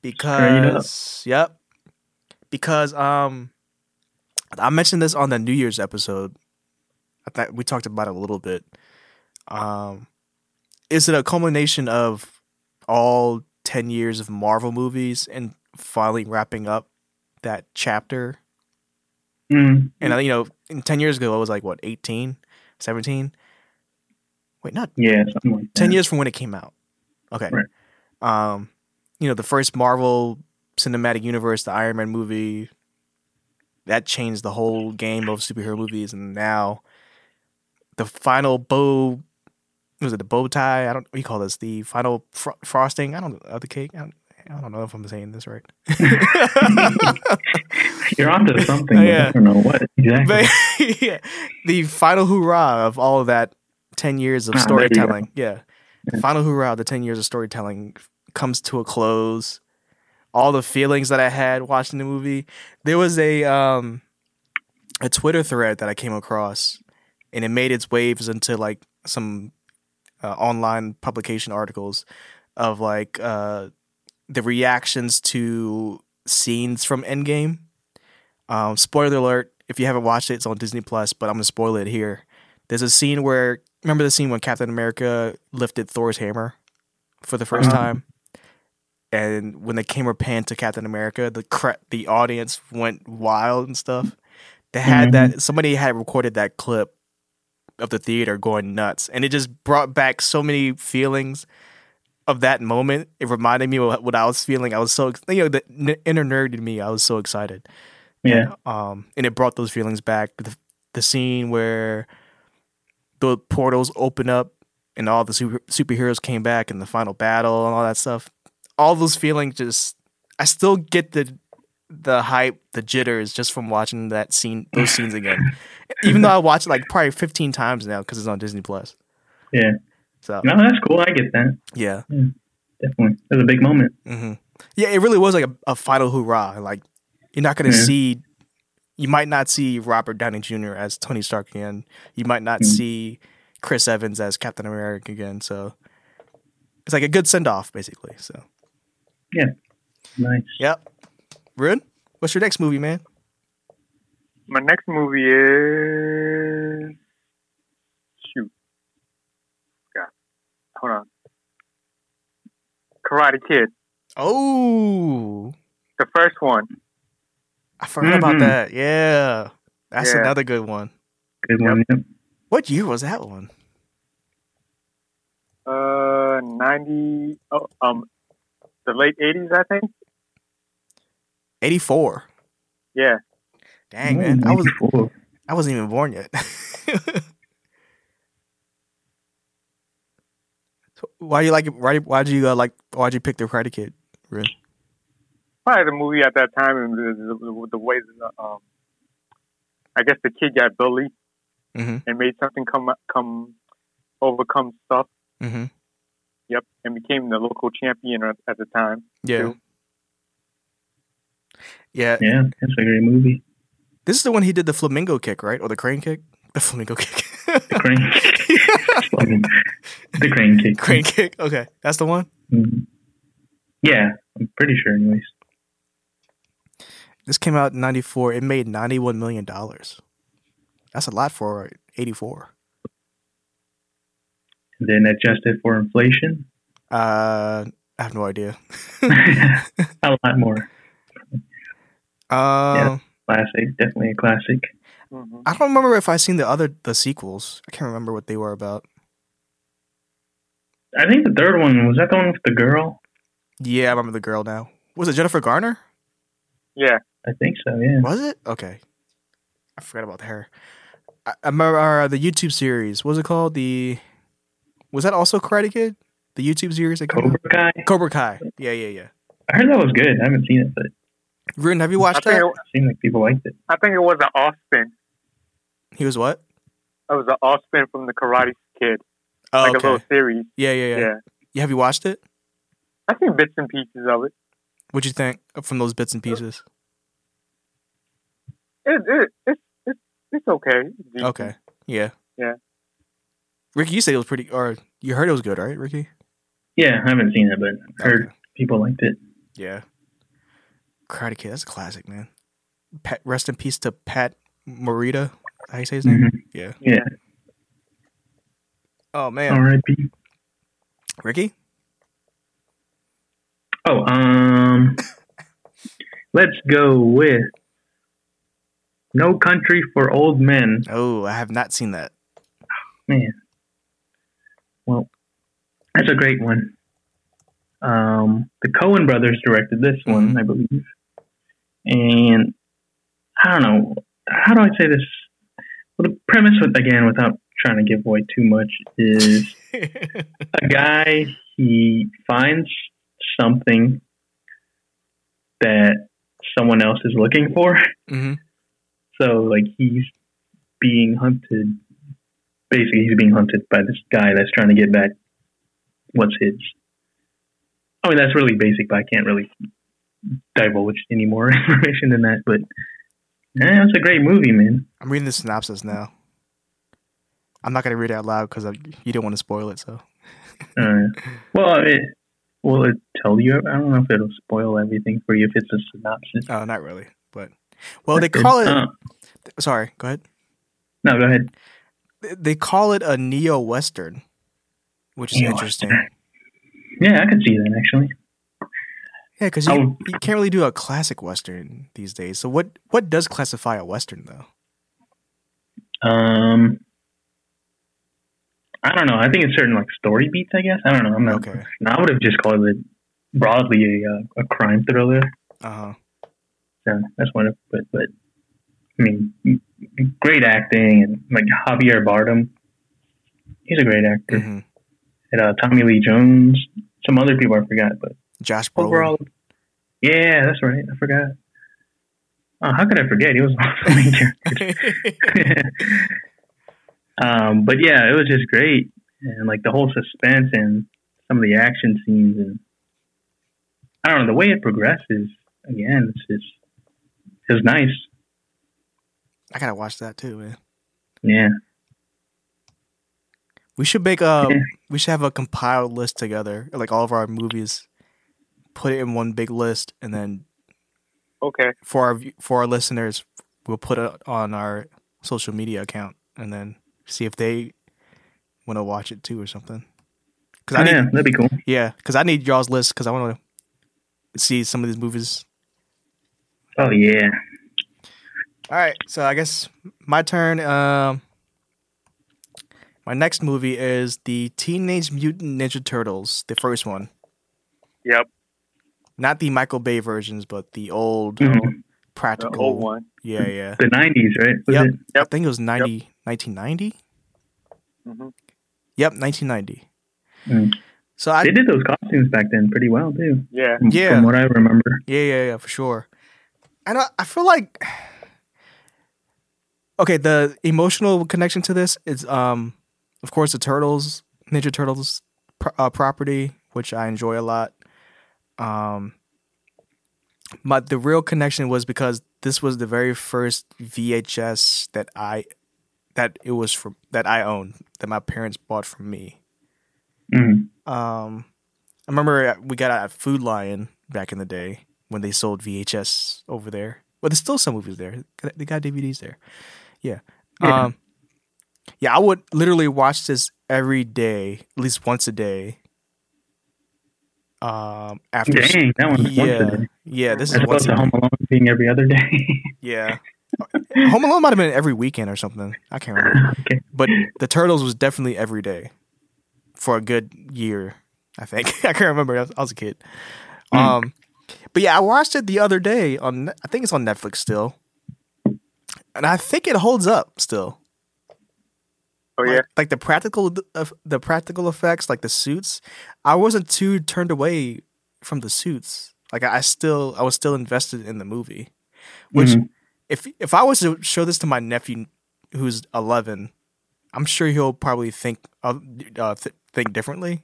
because yep, because um, I mentioned this on the New Year's episode. I thought we talked about it a little bit. Um, is it a culmination of all 10 years of Marvel movies and finally wrapping up that chapter. Mm. And, uh, you know, in 10 years ago, I was like, what, 18, 17? Wait, not Yeah, something like that. 10 years from when it came out. Okay. Right. Um, you know, the first Marvel cinematic universe, the Iron Man movie, that changed the whole game of superhero movies. And now the final bow, was it the bow tie? I don't, what do you call this? The final fro- frosting? I don't know, the cake? I don't, I don't know if I'm saying this right. You're onto something. Oh, but yeah. I don't know what exactly. but yeah, the final hurrah of all of that 10 years of Ah, there you go. storytelling. Yeah. The final hurrah of the 10 years of storytelling comes to a close. All the feelings that I had watching the movie. There was a um a Twitter thread that I came across and it made its waves into like some uh, online publication articles of like uh the reactions to scenes from Endgame. Um, spoiler alert: if you haven't watched it, it's on Disney Plus. But I'm gonna spoil it here. There's a scene where remember the scene when Captain America lifted Thor's hammer for the 1st Uh-huh. time, and when the camera panned to Captain America, the cra- the audience went wild and stuff. They had that somebody had recorded that clip of the theater going nuts, and it just brought back so many feelings of that moment. It reminded me of what I was feeling. I was so ex- you know the n- inner nerd in me. I was so excited yeah. um, and it brought those feelings back. The, the scene where the portals open up and all the super, superheroes came back in the final battle and all that stuff. All those feelings just, I still get the the hype, the jitters just from watching that scene, those scenes again. Even though I watched it like probably 15 times now because it's on Disney Plus. Yeah. So No, that's cool. I get that. yeah. Definitely. That's a big moment. hmm Yeah, it really was like a, a final hurrah. Like you're not going to Yeah. see, you might not see Robert Downey Jr. as Tony Stark again. You might not Mhm. see Chris Evans as Captain America again. So it's like a good send off, basically. So Nice. yep, Ruin. What's your next movie, man? My next movie is shoot. God, hold on. Karate Kid, Oh, the first one. I forgot about Mhm. that. Yeah, that's Yeah. another good one. Good one. Yep. What year was that one? Uh, ninety. Oh, um, the late eighties, I think. Eighty four. Yeah, Dang Ooh, man, I was 94. I wasn't even born yet. So why you like? Why why'd you uh, like? Why'd you pick the Karate Kid? Really? probably the movie at that time, and the, the, the way the um, I guess the kid got bullied Mhm. and made something come come overcome stuff. Mm-hmm. Yep, and became the local champion at, at the time. Yeah. True. Yeah. Yeah, that's a great movie. This is the one he did the flamingo kick, right, or the crane kick? The flamingo kick. The crane kick. Fucking- the crane kick. crane kick. Okay, that's the one. Mhm. Yeah, I'm pretty sure, anyways. This came out in '94. It made 91 million dollars. That's a lot for '84. And then adjusted for inflation, Uh, I have no idea. a lot more. Um. Classic, definitely a classic. hmm I don't remember if I seen the other the sequels. I can't remember what they were about. I think the third one was that the one with the girl. Yeah, I remember the girl now. Was it Jennifer Garner? Yeah, I think so. Yeah. Was it? Okay. I forgot about her. I, I remember uh, the YouTube series. What was it called? The Was that also Karate Kid? The YouTube series that came Cobra out? Kai. Cobra Kai. Yeah, yeah, yeah. I heard that was good. I haven't seen it, but Ruin, have you I watched think that? it, it seemed like people liked it. I think it was an Austin. He was what? That was an offspin from the Karate Kid, Oh, like a okay. little series. Yeah, yeah, Yeah. yeah, yeah. Have you watched it? I seen bits and pieces of it. What'd you think from those bits and pieces? It, it, it's it's it's okay. Decent. Okay. Yeah. Yeah. Ricky, you said it was pretty, or you heard it was good, right, Ricky? Yeah, I haven't seen it, but I've heard people liked it. Yeah. Karate Kid, that's a classic, man. Pat, rest in peace to Pat Morita. How you say his name? Mhm. Yeah. Yeah. Oh man, R.I.P. Ricky. Oh, um, let's go with No Country for Old Men. Oh, I have not seen that. That's a great one. Um, the Cohen brothers directed this one, I believe. And I don't know. How do I say this? Well, the premise, with, again, without trying to give away too much, is Mm-hmm. a guy he finds something that someone else is looking for hmm so like he's being hunted basically he's being hunted by this guy that's trying to get back what's his i mean that's really basic but i can't really divulge any more information than that but eh, that's a great movie man I'm reading the synopsis now. I'm not gonna read it out loud because you don't want to spoil it. So uh, well it will it tell you i don't know if it'll spoil everything for you if it's a synopsis Oh, not really. But well, Oh, they call it. Uh, Sorry, go ahead. no go ahead They- They call it a neo western, which is interesting. Yeah, Neo-Western. yeah i could see that actually 'cause I you, would- you can't really do a classic western these days. So what what does classify a western though? Um, I don't know. I think it's certain like story beats. I guess I don't know. I'm not. Okay. No, I would have just called it broadly a uh, a crime thriller. Uh huh. So that's one. Of, but but I mean, great acting and like Javier Bardem. He's a great actor. hmm And uh, Tommy Lee Jones. Some other people I forgot, but Josh Brolin. overall, yeah, that's right. I forgot. Oh, how could I forget? He was one of the main characters. um, but yeah, it was just great, and like the whole suspense and some of the action scenes, and I don't know the way it progresses. Again, it's just it was nice. I gotta watch that too, man. Yeah, We should make a Yeah. we should have a compiled list together, like all of our movies, put it in one big list, and then Okay. for our view- for our listeners, we'll put it on our social media account, and then see if they want to watch it too or something. Cause I oh, need, yeah, that'd be cool. yeah, because I need y'all's list because I want to see some of these movies. Oh yeah, All right, so I guess my turn. Um, my next movie is the Teenage Mutant Ninja Turtles, the first one. Yep. not the Michael Bay versions, but the old Mhm. The practical old one. Yeah, yeah. the nineties, right? Was Yep. it? I think it was 90, 1990. hmm Yep, nineteen ninety. Mm. So I They did those costumes back then pretty well too. Yeah. from- Yeah. from what I remember. yeah yeah yeah for sure, and I, I feel like okay the emotional connection to this is um of course the turtles Ninja Turtles pro- uh, property which I enjoy a lot. Um, but the real connection was because this was the very first VHS that I that it was from that I owned that my parents bought from me. Mm. Um, I remember uh, we got out at Food Lion back in the day when they sold VHS over there. Well, there's still some movies there. They got DVDs there. Yeah. Yeah. Um, yeah, I would literally watch this every day, at least once a day. Um, after Dang, that one's once yeah, a day. yeah, this As is opposed once to a Home Alone being every other day. yeah. Home Alone might have been every weekend or something. I can't remember. okay. But the Turtles was definitely every day for a good year, I think. I can't remember. I was, I was a kid. Hmm. Mm. Um, but yeah, I watched it the other day on. I think it's on Netflix still, and I think it holds up still. Oh Like- yeah. Like, the practical, of- the practical effects, like the suits. I wasn't too turned away from the suits. Like I I still, I was still invested in the movie, which Mhm. if if I was to show this to my nephew who's 11, I'm sure he'll probably think uh, uh, th- think differently.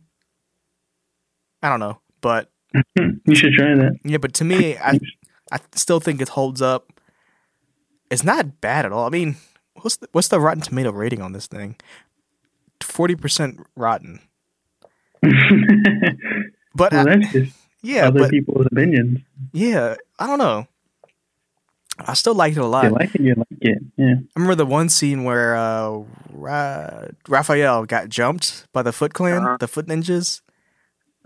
I don't know, but Mm-hmm. you should try that. yeah, but to me, I I still think it holds up. It's not bad at all. I mean, what's the, what's the Rotten Tomato rating on this thing? Forty percent rotten, but well, I, that's just yeah, other but people's opinions. yeah, I don't know. I still liked it a If lot. you like it, you like it. Yeah. I remember the one scene where uh, Ra- Raphael got jumped by the Foot Clan, Uh-huh. the Foot Ninjas.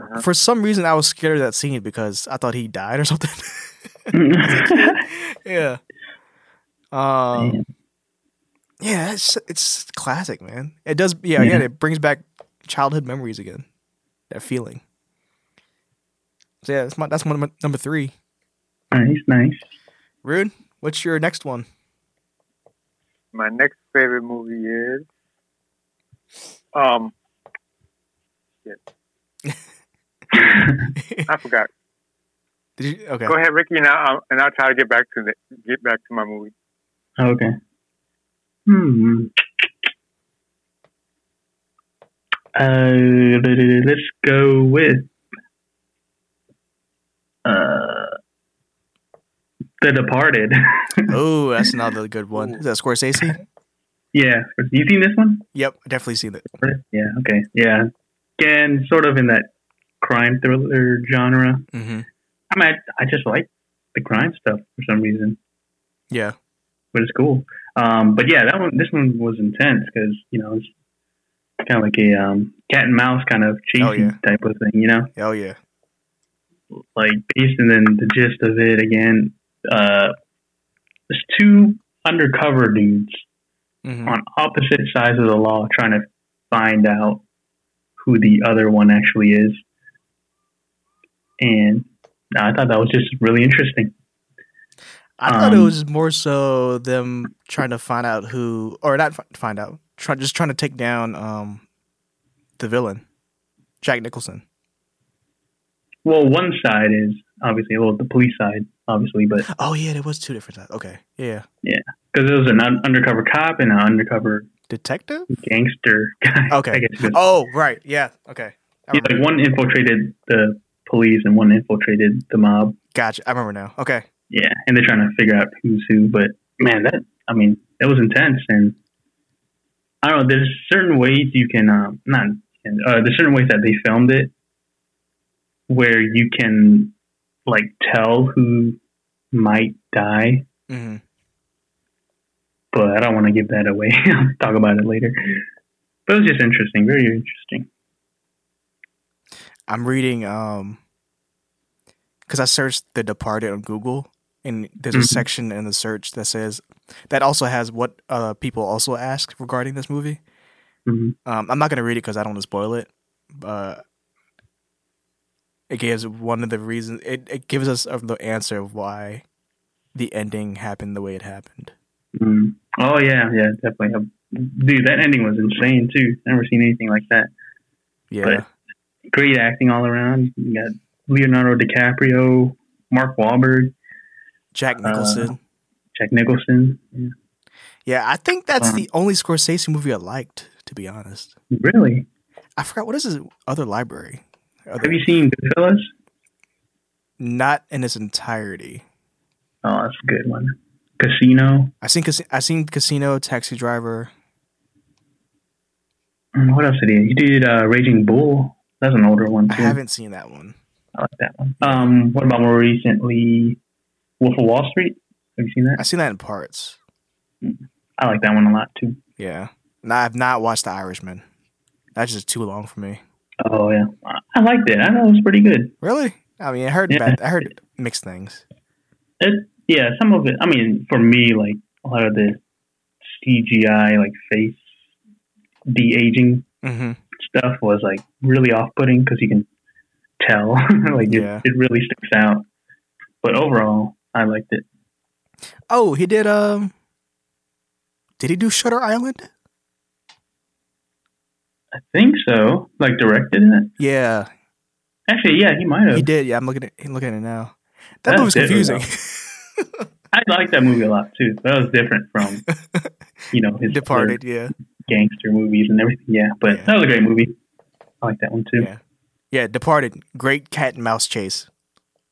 Uh-huh. For some reason, I was scared of that scene because I thought he died or something. yeah. Um, Man. yeah, it's it's classic, man. It does. Yeah, again, Yeah. it brings back childhood memories again. That feeling. So yeah, that's my that's my number- number three. nice, nice. Rude, what's your next one? my next favorite movie is um shit, I forgot. Did you okay? Go ahead, Ricky, and I'll and I'll try to get back to the get back to my movie. Oh, okay. Hmm. Uh, let's go with uh, The Departed. Oh, that's another good one. Is that Scorsese? yeah, you seen this one? Yep, I definitely seen that. Yeah. Okay. Yeah. Again, sort of in that crime thriller genre. Mm-hmm. I mean, I, I just like the crime stuff for some reason, Yeah, but it's cool. Um, but yeah, that one, this one was intense because you know it's kind of like a um, cat and mouse kind of chasing Oh, yeah. type of thing. You know, oh yeah, like based and then the gist of it again. Uh, it's two undercover dudes hmm on opposite sides of the law trying to find out who the other one actually is. And I thought that was just really interesting. I thought it um, was more so them trying to find out who, or not fi- find out, try, just trying to take down um the villain, Jack Nicholson. Well, one side is obviously, well, the police side, obviously, but Oh yeah, there was two different sides. Okay, yeah, because it was an un- undercover cop and an undercover detective. gangster guy. Okay. I guess it was. Oh right, yeah, okay. I Yeah, remember. like one infiltrated the police and one infiltrated the mob. Gotcha. I remember now. Okay, Yeah, and they're trying to figure out who's who. But man, that I mean, that was intense. And I don't know. There's certain ways you can um, not. Uh, there's certain ways that they filmed it where you can like tell who might die, hmm but I don't want to give that away. I'll talk about it later. But it was just interesting, very interesting. I'm reading um because I searched The Departed on Google, and there's a Mhm. section in the search that says that also has what uh, people also ask regarding this movie. Mhm. Um, I'm not gonna read it because I don't want to spoil it. Uh, it gives one of the reasons. It, it gives us of the answer of why the ending happened the way it happened. Mm. Oh yeah, yeah, definitely. Dude, that ending was insane too. Never seen anything like that. Yeah, Right. great acting all around. You got Leonardo DiCaprio, Mark Wahlberg, Jack Uh, Nicholson. Jack Nicholson. Yeah. yeah, I think that's um, the only Scorsese movie I liked. To be honest, Really? I forgot what is his other library. Other- Have you seen Goodfellas? not in its entirety. Oh, that's a good one. Casino. I seen Cas- I seen Casino, Taxi Driver. Mm, What else did he? He did uh, Raging Bull. That's an older one I too. haven't seen that one. I like that one. Um, what about more recently? Wolf of Wall Street. Have you seen I that? seen that in parts. I like that one a lot too. Yeah, no, I've not watched The Irishman. That's just too long for me. Oh yeah, I- I liked it. I thought it was pretty good. Really? I mean, I heard Yeah. bad, I heard mixed things. It, yeah, some of it. I mean, for me, like a lot of the CGI, like face de aging hmm stuff was like really off putting because you can tell like Yeah. it, it really sticks out. But overall, I liked it. Oh, he did. Um, did he do Shutter Island? I think so. Like directed it. Yeah, Actually, yeah, he might he have. did. Yeah, I'm looking at I'm looking at it now. That That's movie's different, confusing. I liked that movie a lot too. That was different from you know his Departed, yeah. gangster movies and everything. Yeah, but Yeah. that was a great movie. I like that one too. Yeah. Yeah, Departed. Great cat and mouse chase.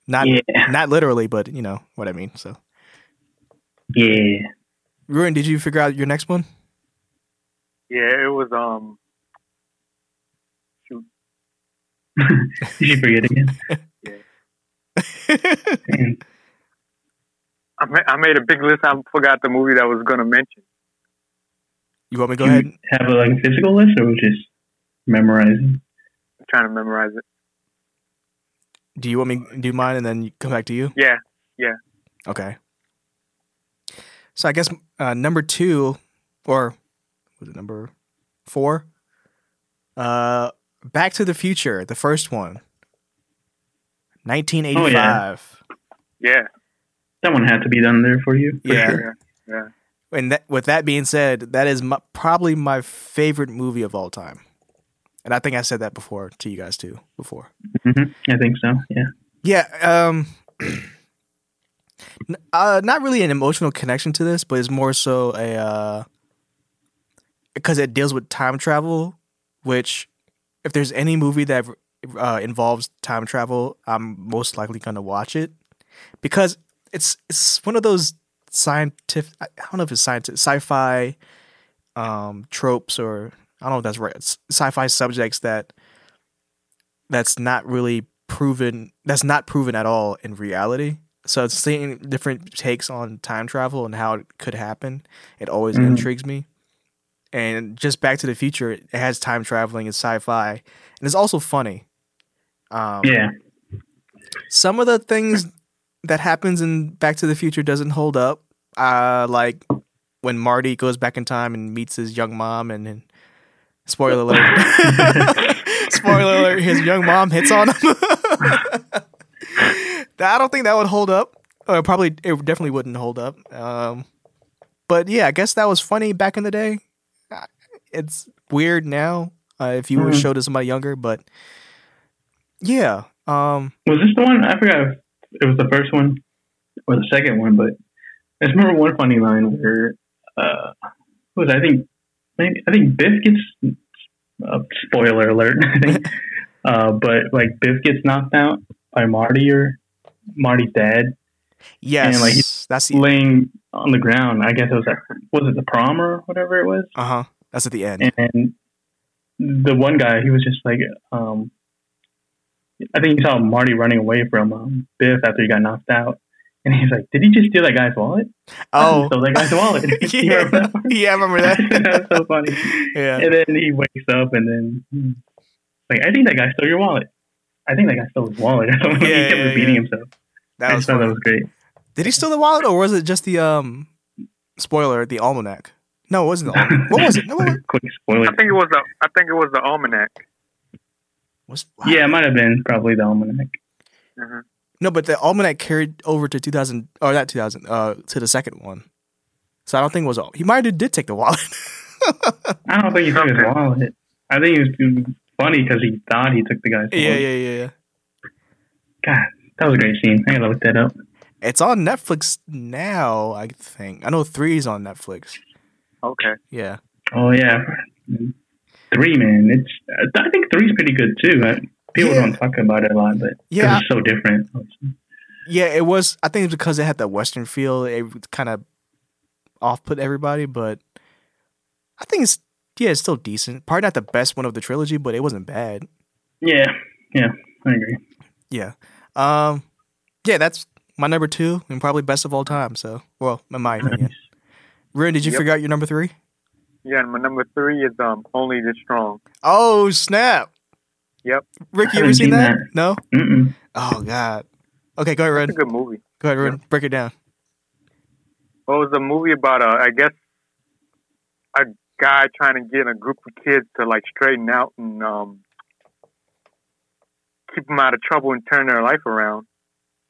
Not yeah, not literally, but you know what I mean. So yeah. Ruin, did you figure out your next one? Yeah, it was um Did you forget again? Damn. I ma- I made a big list. I forgot the movie that I was gonna mention. you want me to go Do you ahead? Have a, like a physical list or was it just memorizing? I'm trying to memorize it. Do you want me to do mine and then you- come back to you? Yeah. Okay. So I guess uh, number two, or was it number four? Uh, Back to the Future, the first one, 1985. Yeah. That one had to be done there for you. For Yeah. Sure. And that, with that being said, that is my, probably my favorite movie of all time. And I think I said that before to you guys too. Before, Mhm. I think so. Yeah. yeah. Um, n- uh, not really an emotional connection to this, but it's more so a uh, because it deals with time travel. Which, if there's any movie that uh, involves time travel, I'm most likely gonna watch it because it's it's one of those scientific. I I don't know if it's scientific sci-fi um, tropes or I don't know if that's right. It's sci-fi subjects that that's not really proven. That's not proven at all in reality. So it's seeing different takes on time travel and how it could happen. It always Mhm. intrigues me. And just Back to the Future, it has time traveling. It's sci-fi, and it's also funny. Um, Yeah. some of the things that happens in Back to the Future doesn't hold up. Uh, like when Marty goes back in time and meets his young mom, and, and spoiler alert, spoiler alert, his young mom hits on him. I don't think that would hold up. Or probably it definitely wouldn't hold up. Um, but yeah, I guess that was funny back in the day. Uh, It's weird now uh, if you were Mhm. showed to somebody younger, but yeah. Um, Was this the one? I forgot if it was the first one or the second one, but I just remember one funny line where uh, what was it? I think maybe I think Biff gets uh, spoiler alert. I think, uh, but like Biff gets knocked out by Marty or Marty's dad Yes, like, that's the laying on the ground. I guess it was at, was it the prom or whatever it was. uh huh. That's at the end. and the one guy he was just like um i think he saw marty running away from um, biff after he got knocked out and he's like did he just steal that guy's wallet oh, so that guy's wallet You yeah, remember that part? yeah, I remember that was that. so funny yeah, and then he wakes up and then hmm, like i think that guy stole your wallet i think that guy stole his wallet or something Yeah, he kept yeah, repeating yeah. himself i that was just thought that funny. was great Did he steal the wallet, or was it just the um spoiler, the almanac? No, it wasn't. The almanac. What was it? No, what was- quick spoiler I think it was the I think it was the almanac. was wow. yeah it might have been probably the almanac Mhm. No, but the almanac carried over to 2000, or not 2000, uh, to the second one. So I don't think it was all. He might have did take the wallet. i don't think he took his wallet i think it was, it was funny because he thought he took the guy's wallet yeah, yeah, yeah, yeah. God, that was a great scene. I gotta look that up. It's on Netflix now, I think. I know three's on Netflix. Okay. Yeah. Oh yeah, three man. It's I think three's pretty good too. I, people Yeah. don't talk about it a lot, but 'cause Yeah. it's so different. Yeah, it was. I think it's because it had that Western feel. It kind of off put everybody, but I think it's yeah, it's still decent. Probably not the best one of the trilogy, but it wasn't bad. Yeah, yeah, I agree. Yeah, um, yeah, that's my number two and probably best of all time. So, well, in my opinion, Ruin, did you Yep. figure out your number three? Yeah, and my number three is um Only the Strong. Oh snap! Yep. Rick, you ever I haven't seen seen that? No. Mm-mm. Oh god. Okay, go ahead, It's a Red. good movie. Go ahead, Red. Break it down. Well, it was a movie about uh, I guess a guy trying to get a group of kids to like straighten out and um keep them out of trouble and turn their life around.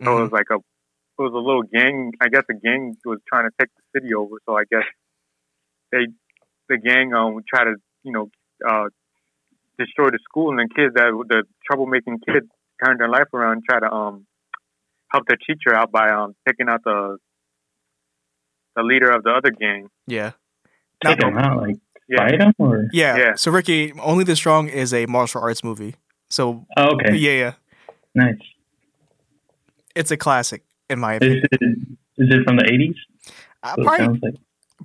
So Mm-hmm. it was like a it was a little gang. I guess a gang was trying to take the city over. So I guess they the gang um would try to you know uh destroy the school and the kids that the troublemaking kids turn their life around and try to um help their teacher out by um taking out the the leader of the other gang. Yeah. take Not- them out, like Yeah. fight them, or yeah. Yeah. So Ricky, Only the Strong is a martial arts movie. So oh, okay, yeah, yeah, nice. it's a classic in my opinion. Is it, is it from the eighties? Uh, So it probably sounds like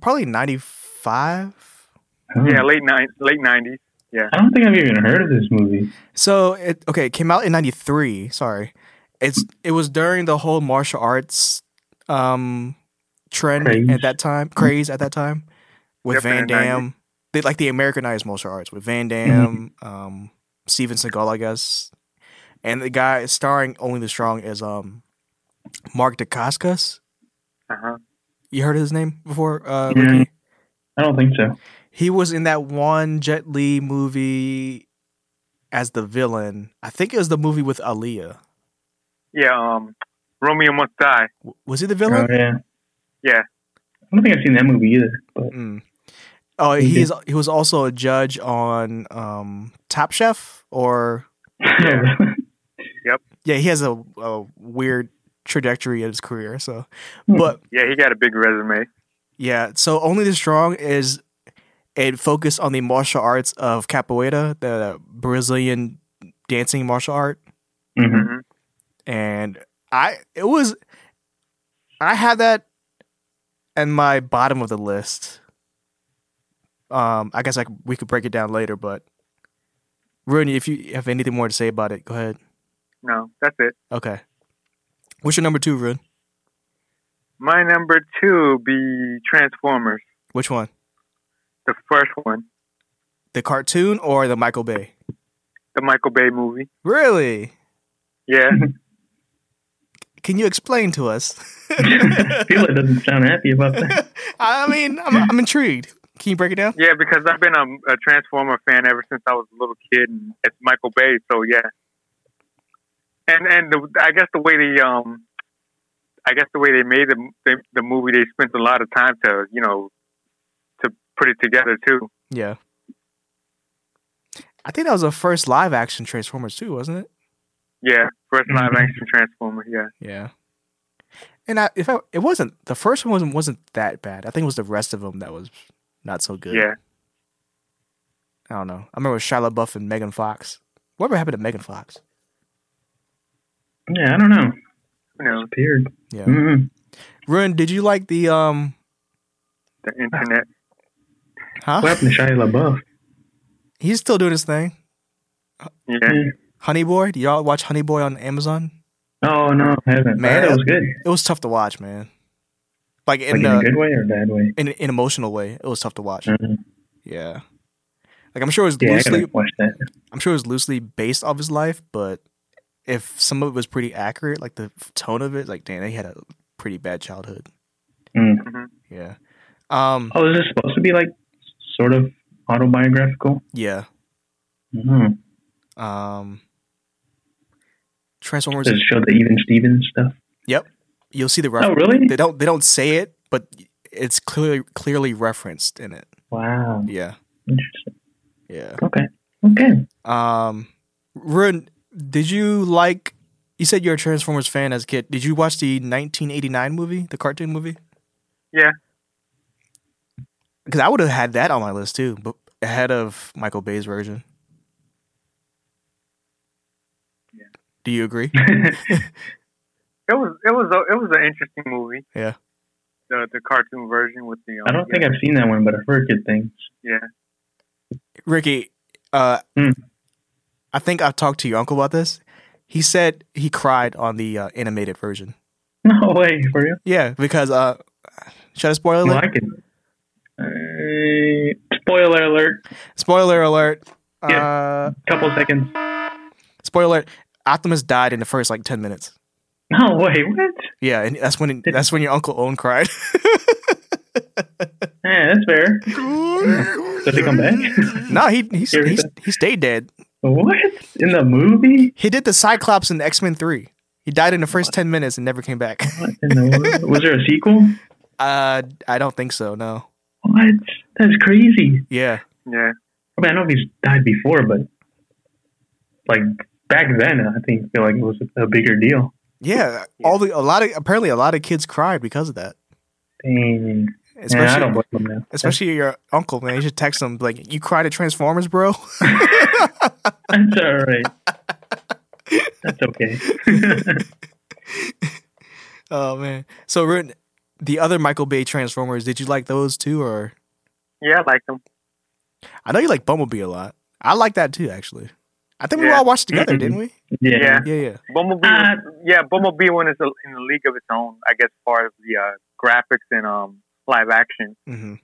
probably ninety five. I don't Yeah, know. late nine, late nineties. I don't think I've even heard of this movie. So it okay, it came out in '93. Sorry, it's Mm. it was during the whole martial arts um trend Craze. at that time, craze at that time with Van Definitely 90s. Damme, they, like the Americanized martial arts with Van Mm-hmm. Damme, um, Steven Seagal, I guess, and the guy starring Only the Strong is um Mark Dacascos. Uh huh. You heard his name before? Uh, Yeah. Ricky? I don't think so. He was in that one Jet Li movie as the villain. I think it was the movie with Aaliyah. Yeah. Um, Romeo Must Die. W- Was he the Oh villain? yeah, Yeah. I don't think I've seen that movie either. But Mm. Oh, He he did. is. He was also a judge on um, Top Chef, or Yeah. yeah, he has a, a weird trajectory of his career. So, Hmm. but Yeah, he got a big resume. yeah, so only the strong is it focused on the martial arts of capoeira, the Brazilian dancing martial art. Mhm. hmm and I it was I had that in my bottom of the list. Um, I guess I could, we could break it down later, but Rooney, if you have anything more to say about it, go ahead. No, that's it. Okay, what's your number two, Rune? My number two be Transformers, Which one, the first one, the cartoon or the Michael Bay? the Michael Bay movie. Really? Yeah. Can you explain to us? Fila doesn't sound happy about that. I mean, I'm, I'm intrigued. Can you break it down? Yeah, because I've been a, a Transformer fan ever since I was a little kid, and it's Michael Bay, so yeah. And and the, I guess the way they um, I guess the way they made the, the the movie, they spent a lot of time to you know to put it together too. Yeah. I think that was the first live action Transformers too, wasn't it? Yeah, 1st Mhm. live action Transformer. Yeah, Yeah. And I, if I, it wasn't the first one wasn't wasn't that bad. I think it was the rest of them that was not so good. yeah. I don't know. I remember Shia LaBeouf and Megan Fox. Whatever happened to Megan Fox? Yeah, I don't know. You know Disappeared. Yeah. Mhm. Ruin, did you like the um? the internet. Huh? What happened to Shia LaBeouf? He's still doing his thing. Yeah, Honey Boy. Do y'all watch Honey Boy on Amazon? Oh no, I haven't. Man, Man, it that was was- good. It was tough to watch, man. Like Like in in a the good way or a bad way? in an emotional way, it was tough to watch. Mhm. Yeah. Like I'm sure it was Yeah, I loosely gotta watch that. I'm sure it was loosely based off his life, but if some of it was pretty accurate, like the f- tone of it, like damn, he had a pretty bad childhood. Mm. Mhm. Yeah. Um. Oh, is this supposed to be like sort of autobiographical? Yeah. Mhm. Um. Transformers. Does it show the even Stevens stuff? You'll see the Oh, reference. really? They don't. They don't say it, but it's clearly clearly referenced in it. Wow, Yeah. interesting. Yeah. Okay, okay. Um. Run. Did you like? You said you're a Transformers fan as a kid. Did you watch the 1989 movie, the cartoon movie? Yeah. Because I would have had that on my list too, but ahead of Michael Bay's version. Yeah. Do you agree? it was it was a, it was an interesting movie. Yeah. the the cartoon version with the. Um, I don't think I've seen that one, but I've heard good things. Yeah, Ricky, uh, Hmm. I think I've talked to your uncle about this. He said he cried on the uh, animated version. No way, for real. Yeah, because uh, should I spoil it? Well, I can. Uh, spoiler alert. Spoiler alert. Yeah. Uh, Couple seconds. spoiler alert. Optimus died in the first like ten minutes. No way. Oh, What? Yeah, and that's when that's when your uncle Owen cried. Yeah, that's fair. Did they come back? no, he he, he he stayed dead. what in the movie? He did the Cyclops in X Men Three. He died in the first ten minutes and never came back. What in the world? Was there a sequel? Uh, I don't think so. No. What? That's crazy. Yeah. yeah. I mean, I know he's died before, but like back then, I think feel like it was a bigger deal. Yeah. All the a lot of apparently a lot of kids cried because of that. Dang. Yeah, I Especially, don't blame him now. especially your uncle, man. You should text him like, "You cried at Transformers, bro." That's all right. That's okay. oh man. So, Rin, the other Michael Bay Transformers, did you like those too, or Yeah, I like them. I know you like Bumblebee a lot. I like that too, actually. I think we Yeah. all watched together, didn't we? yeah. Yeah. Yeah, yeah. Bumblebee, Uh, was- yeah, Bumblebee one is a, in the league of its own, I guess, part of the uh, graphics and um, live action. hmm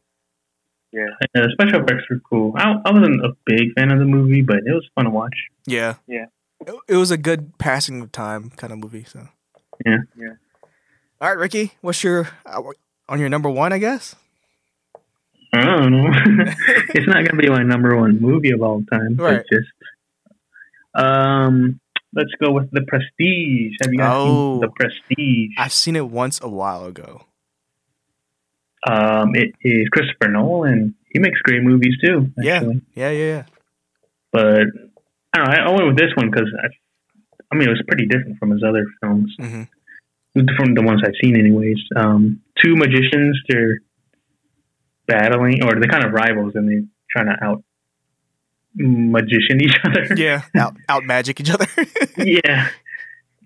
Yeah, the special effects were cool. I, I wasn't a big fan of the movie, but it was fun to watch. Yeah. Yeah. It, it was a good passing of time kind of movie. So. Yeah. Yeah. All right, Ricky. What's your uh, on your number one? I guess. I don't know. it's not gonna be my number one movie of all time. but Right. just um, let's go with the Prestige. Have you guys Oh. seen the Prestige? I've seen it once a while ago. Um, it is Christopher Nolan. He makes great movies too. Yeah. Actually. Yeah, yeah, yeah. but I don't know. I- I went with this one because I, I mean, it was pretty different from his other films, Mhm. from the ones I've seen, anyways. Um, two magicians, they're battling, or they're kind of rivals, and they're trying to out magician each other. Yeah, out out magic each other. yeah,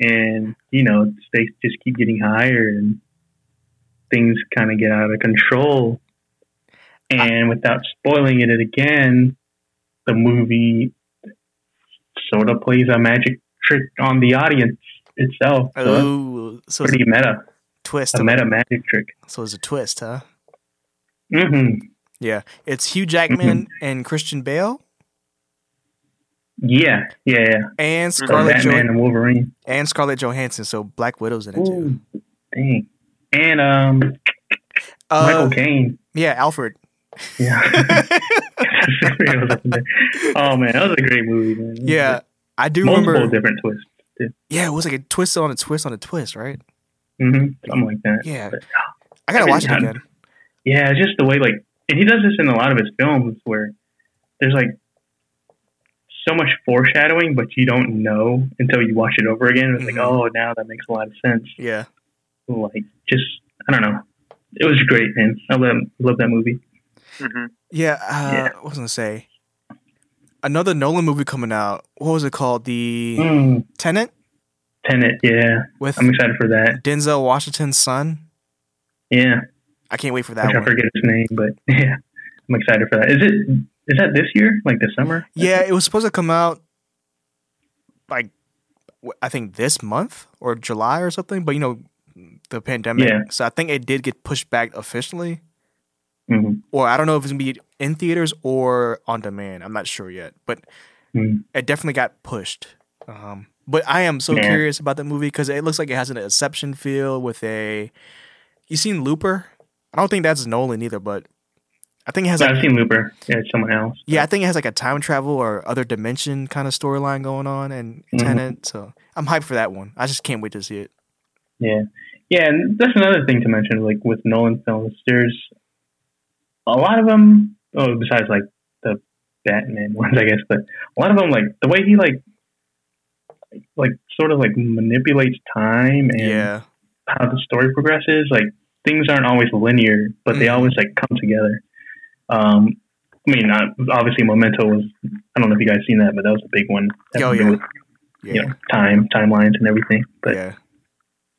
and you know, they just keep getting higher, and things kind of get out of control. And without spoiling it again, the movie sort of plays a magic trick on the audience itself. So that's oh, so it's pretty meta, a twist. a meta magic trick. So it's a twist, huh? hmm Yeah, it's Hugh Jackman Mm-hmm. and Christian Bale Yeah, yeah, yeah. and So Scarlett Mm-hmm. Batman jo- and Wolverine. and Scarlett Johansson. So Black Widow's in it too. Ooh, dang. And um, Uh, Michael Caine. yeah, Alfred. Yeah. It was up there. oh man, that was a great movie, man. yeah, I do multiple remember. different twists. Yeah, it was like a twist on a twist on a twist, right? hmm Something like that. Yeah, But- I gotta I mean, watch it yeah. again. Yeah, it's just the way like, and he does this in a lot of his films where there's like so much foreshadowing, but you don't know until you watch it over again. It's Mhm. like, oh, now that makes a lot of sense. Yeah, Like, just I don't know. It was great, man. I love love that movie. hmm yeah. Uh, Yeah. What was I gonna say? Another Nolan movie coming out. What was it called? The Mm, Tenant Tenet, yeah, with I'm excited for that. Denzel Washington's son. Yeah, I can't wait for that which I one. forget his name, but yeah, I'm excited for that. Is it is that this year? Like this summer? Yeah, it was supposed to come out like w- I think this month or July or something, but you know the pandemic. Yeah. So I think it did get pushed back officially, hmm or I don't know if it's gonna be in theaters or on demand. I'm not sure yet, but Mm. it definitely got pushed. Um, but I am so Yeah. curious about the movie because it looks like it has an Inception feel with a. You seen Looper? I don't think that's Nolan either, but I think it has No, like I've seen Looper. Yeah, it's someone else. yeah, I think it has like a time travel or other dimension kind of storyline going on and Mhm. Tenant. So I'm hyped for that one. I just can't wait to see it. Yeah. Yeah, and that's another thing to mention, like with Nolan films, there's a lot of them, oh, besides like the Batman ones, I guess, but a lot of them, like the way he like, like sort of like manipulates time and Yeah. how the story progresses, like things aren't always linear, but they Mhm. always like come together. Um, I mean, not, obviously Memento was, I don't know if you guys seen that, but that was a big one. That Oh, had to do yeah. with, Yeah. You know, time, timelines and everything, but yeah.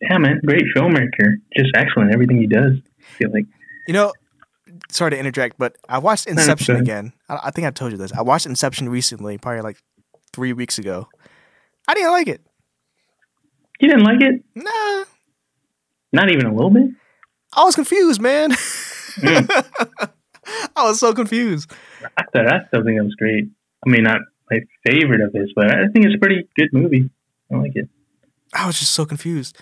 yeah, man, great filmmaker. Just excellent. in Everything he does. I feel like You know, sorry to interject, but I watched Inception okay. again. I, I think I told you this. I watched Inception recently, probably like three weeks ago. I didn't like it. you didn't like it? Nah. I Not even a little bit. was confused, man. I was so confused. I thought I still think it was great. I mean, not my favorite of his, but I think it's a pretty good movie. I like it. I was just so confused.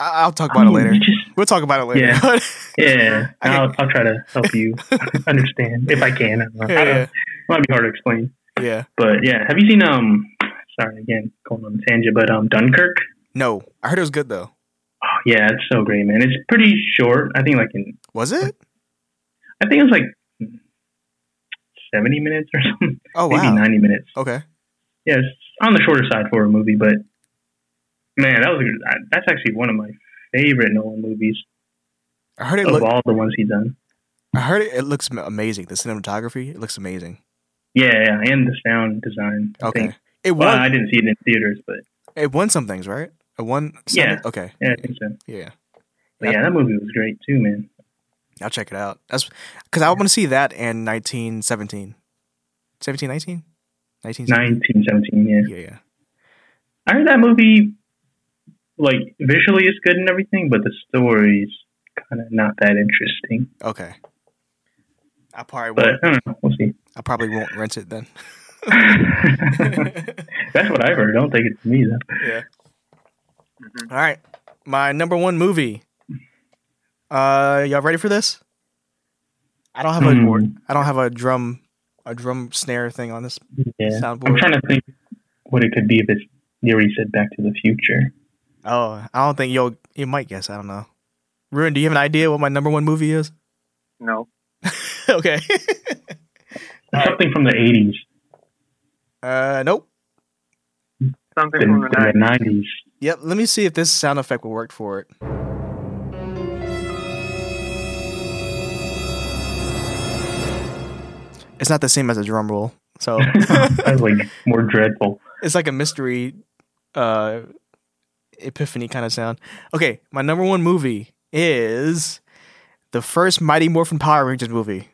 I- I'll talk about it I mean, later. you just- We'll talk about it later. Yeah. yeah, I I'll, I'll try to help you understand if I can. I don't know. I don't, yeah. It might be hard to explain, Yeah. Yeah. but yeah. Have you seen um? Sorry again, going on a tangent, but um, Dunkirk. No. I heard it was good though. Oh, yeah, it's so great, man. It's pretty short. I think like in Was it? I think it was like seventy minutes or something. Oh maybe wow. 90 minutes. Okay. Yeah, it's on the shorter side for a movie, but man, that was a, that's actually one of my favorite Nolan movies. I heard it. of Look, all the ones he done. I heard it. It looks am- amazing. The cinematography. It looks amazing. Yeah, yeah, and the sound design. I Okay. think. It Well, won. I didn't see it in theaters, but it won some things, right? It won. some- Yeah. Okay. yeah, I think so. Yeah. But yeah, that movie was great too, man. I'll check it out. That's because I want to see that and 1917. 17, 19? 1917? Nineteen seventeen, yeah. Yeah, yeah. I heard that movie, like visually, it's good and everything, but the story's kind of not that interesting. Okay. I probably But won't. I don't know. We'll see. I probably won't rent it then. That's what I heard. Don't take it from me though. yeah. Mhm. All right. My number one movie. Uh, y'all ready for this? I don't have a Hmm. I don't have a drum a drum snare thing on this Hmm. Yeah, I'm soundboard. trying to think what it could be if it's. You already said Back to the Future. oh, I don't think you'll you might guess. I don't know. Ruin, do you have an idea what my number one movie is? No. okay. Alright. Something from the 80s, Uh, nope. Something the, from the the 90s. 90s. Yep. Let me see if this sound effect will work for it. It's not the same as a drum roll, so That's like more dreadful. it's like a mystery, uh, epiphany kind of sound. Okay, my number one movie is the first Mighty Morphin Power Rangers movie.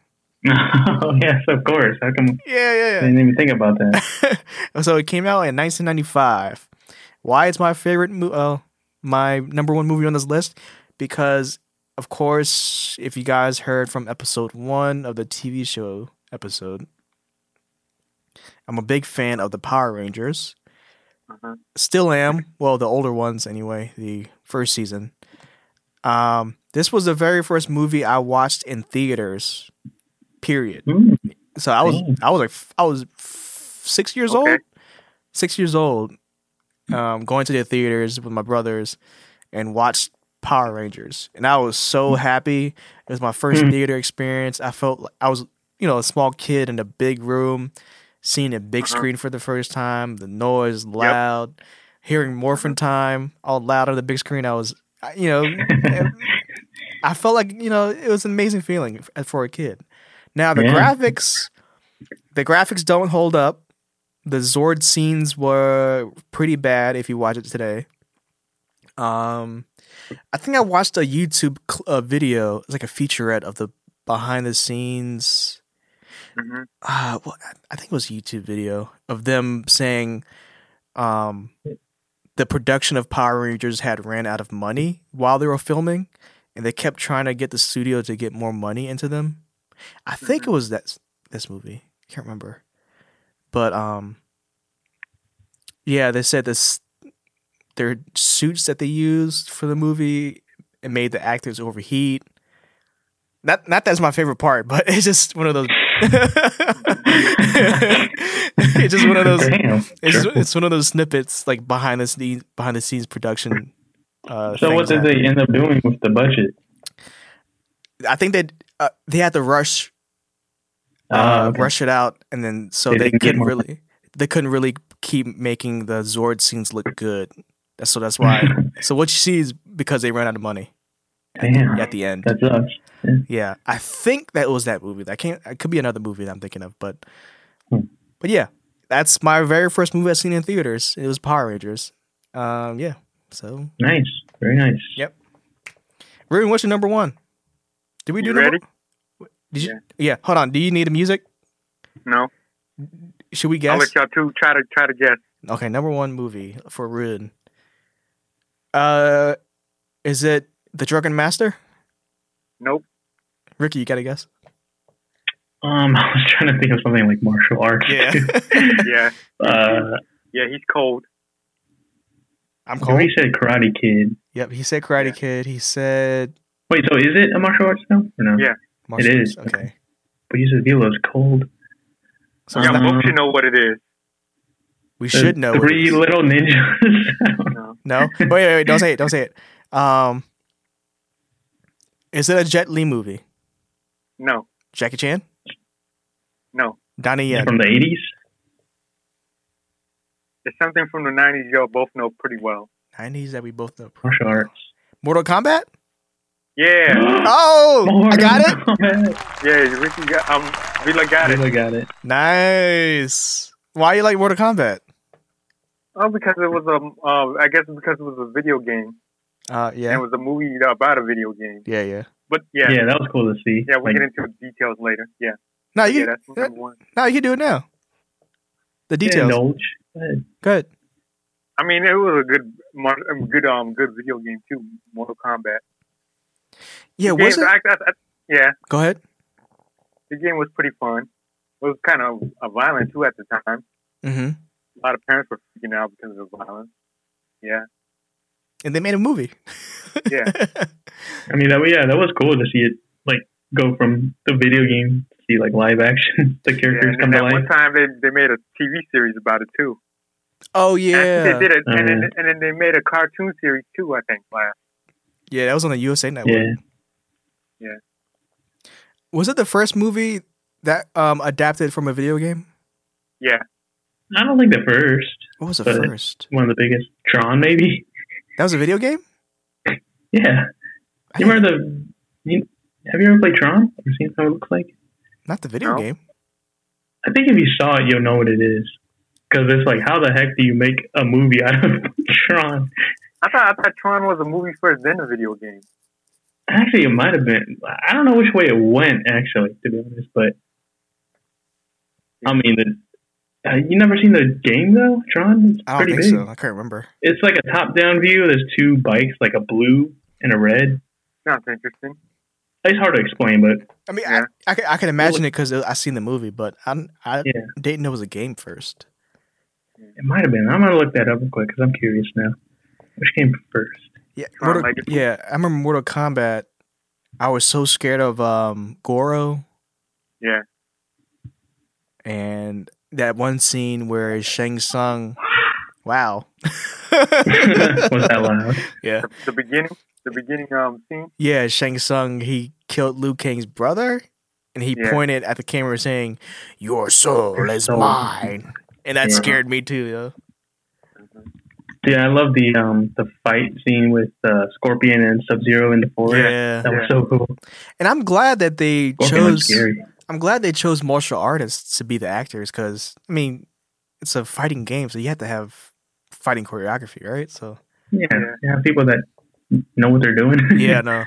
oh yes, of course. How come Yeah, I yeah, didn't even think about that? so it came out in 1995. Why it's my favorite, mo- uh, my number one movie on this list? Because, of course, if you guys heard from episode one of the TV show episode, I'm a big fan of the Power Rangers. Mhm. Still am. Well, the older ones anyway. The first season. Um, this was the very first movie I watched in theaters. Period. Hmm. So I was Dang. I was like f- I was f- six years Okay. old, six years old, um, going to the theaters with my brothers and watched Power Rangers, and I was so happy. It was my first Hmm. theater experience. I felt like I was you know a small kid in a big room, seeing a big Uh-huh. screen for the first time. The noise loud, hearing Morphin Uh-huh. Time all loud on the big screen. I was I- you know I felt like you know it was an amazing feeling f- uh, for a kid. Now the Yeah. graphics, the graphics don't hold up. The Zord scenes were pretty bad if you watch it today. Um, I think I watched a YouTube cl- uh, video, it's like a featurette of the behind the scenes. Mhm. Uh, well, I- I think it was a YouTube video of them saying, um, the production of Power Rangers had ran out of money while they were filming, and they kept trying to get the studio to get more money into them. I think it was that this movie. Can't remember, but um, yeah, they said this their suits that they used for the movie it made the actors overheat. Not not that's my favorite part, but it's just one of those. it's just one of those Damn. it's, Sure. it's one of those snippets like behind the scenes behind the scenes production. Uh, so what things did that- they end up doing with the budget? I think they uh, they had to rush uh, Ah, okay. rush it out, and then so They they, didn't get couldn't more- really they couldn't really keep making the Zord scenes look good. That's- So that's why. so what you see is because they ran out of money Damn, at the end. that sucks. Yeah, I think that was that movie. That can't. It could be another movie that I'm thinking of, but Hmm. but yeah, that's my very first movie I've seen in theaters. It was Power Rangers. Um, yeah. So, Nice, very nice. Yep. Ruben, what's your number one? Did we do You number? ready? Did you, yeah. Hold on. Do you need a music? No. Should we guess? I'll let y'all two try to try to guess. Okay, number one movie for Ruben. Uh, is it The Drunken Master? Nope. Ricky, you gotta guess. Um, I was trying to think of something like martial arts. Yeah. Yeah. uh, Yeah, he's cold. I'm cold. we said Karate Kid. Yep. He said Karate Yeah. Kid. He said. Wait, so is it a martial arts film or no? Yeah. martial arts. is. okay. But you said Velo's cold. So Y'all it's Um, not- both should know what it is. we The should know. what it Three is. little ninjas. No. No. Wait, wait, wait. Don't say it. Don't say it. Um, is it a Jet Li movie? No. Jackie Chan, No. Donnie Yen. From the eighties? It's something from the nineties y'all both know pretty well. Nineties that we both know. Martial arts. Mortal Kombat. Uh-huh. Yeah, Oh, I got it. it. yeah. Ricky got. Um, Vila got it. I got it. Nice. Why you like Mortal Kombat? Oh, because it was a. Uh, I guess because it was a video game. Uh, And it yeah, was a movie about a video game. yeah, yeah. But yeah, Yeah. yeah. that was cool to see. we'll Like, get into details later. Yeah. No, yeah, you, that's that- number one. no, you can do it now. The yeah, details. indulge. Go ahead. Good. I mean, it was a good, mar- um, good, um, good video game too. Mortal Kombat. Yeah, The was game- it? I- I- I- yeah, Go ahead. the game was pretty fun. It was kind of uh, violent too at the time. Mm-hmm. A lot of parents were freaking out because of the violence. Yeah, And they made a movie. Yeah. I mean, that yeah, that was cool to see it like go from the video game to see like live action. the yeah. characters And come then to at life. one time they, they made a TV series about it too. oh And I think yeah, Mm-hmm. they did it, and then Mhm. and then they made a cartoon series too. I think last. yeah. That was on the USA Network. Yeah, Was it the first movie that um adapted from a video game? Yeah, I don't think the first What was the Uh, first? one of the biggest Tron maybe. That was a video game. Yeah, I you didn't- remember the? You, have you ever played Tron or seen how it looks like? Not the video No. game. I think if you saw it, you'll know what it is. Because it's like, how the heck do you make a movie out of Tron? I thought I thought Tron was a movie first, then a video game. Actually, it might have been. I don't know which way it went. Actually, to be honest, but I mean, the, uh, you never seen the game though, Tron? It's I don't pretty think big. so. I can't remember. It's like a top-down view. There's two bikes, like a blue and a red. Sounds interesting. It's hard to explain, but I mean, Yeah. I, I, can, I can imagine it because I seen the movie, but I, I Yeah. didn't know it was a game first. it might have been. I'm gonna look that up real quick because I'm curious now. Which came first? Yeah, Tron Mortal- Legacy. yeah. I remember Mortal Kombat. I was so scared of um, Goro. Yeah. And that one scene where Shang Tsung. Wow. Was that loud? yeah. The, the beginning, the beginning um scene. Yeah, Shang Tsung, he killed Liu Kang's brother and he Yeah. pointed at the camera saying, Your soul Your is soul. mine. And that Yeah. scared me too. Yo. Yeah, I love the um the fight scene with uh, Scorpion and Sub Zero in the forest. Yeah. That was so cool. And I'm glad that they Scorpion was chose. scary. I'm glad they chose martial artists to be the actors because I mean, it's a fighting game, so you have to have fighting choreography, right? So Yeah, yeah, people that know what they're doing. yeah, no.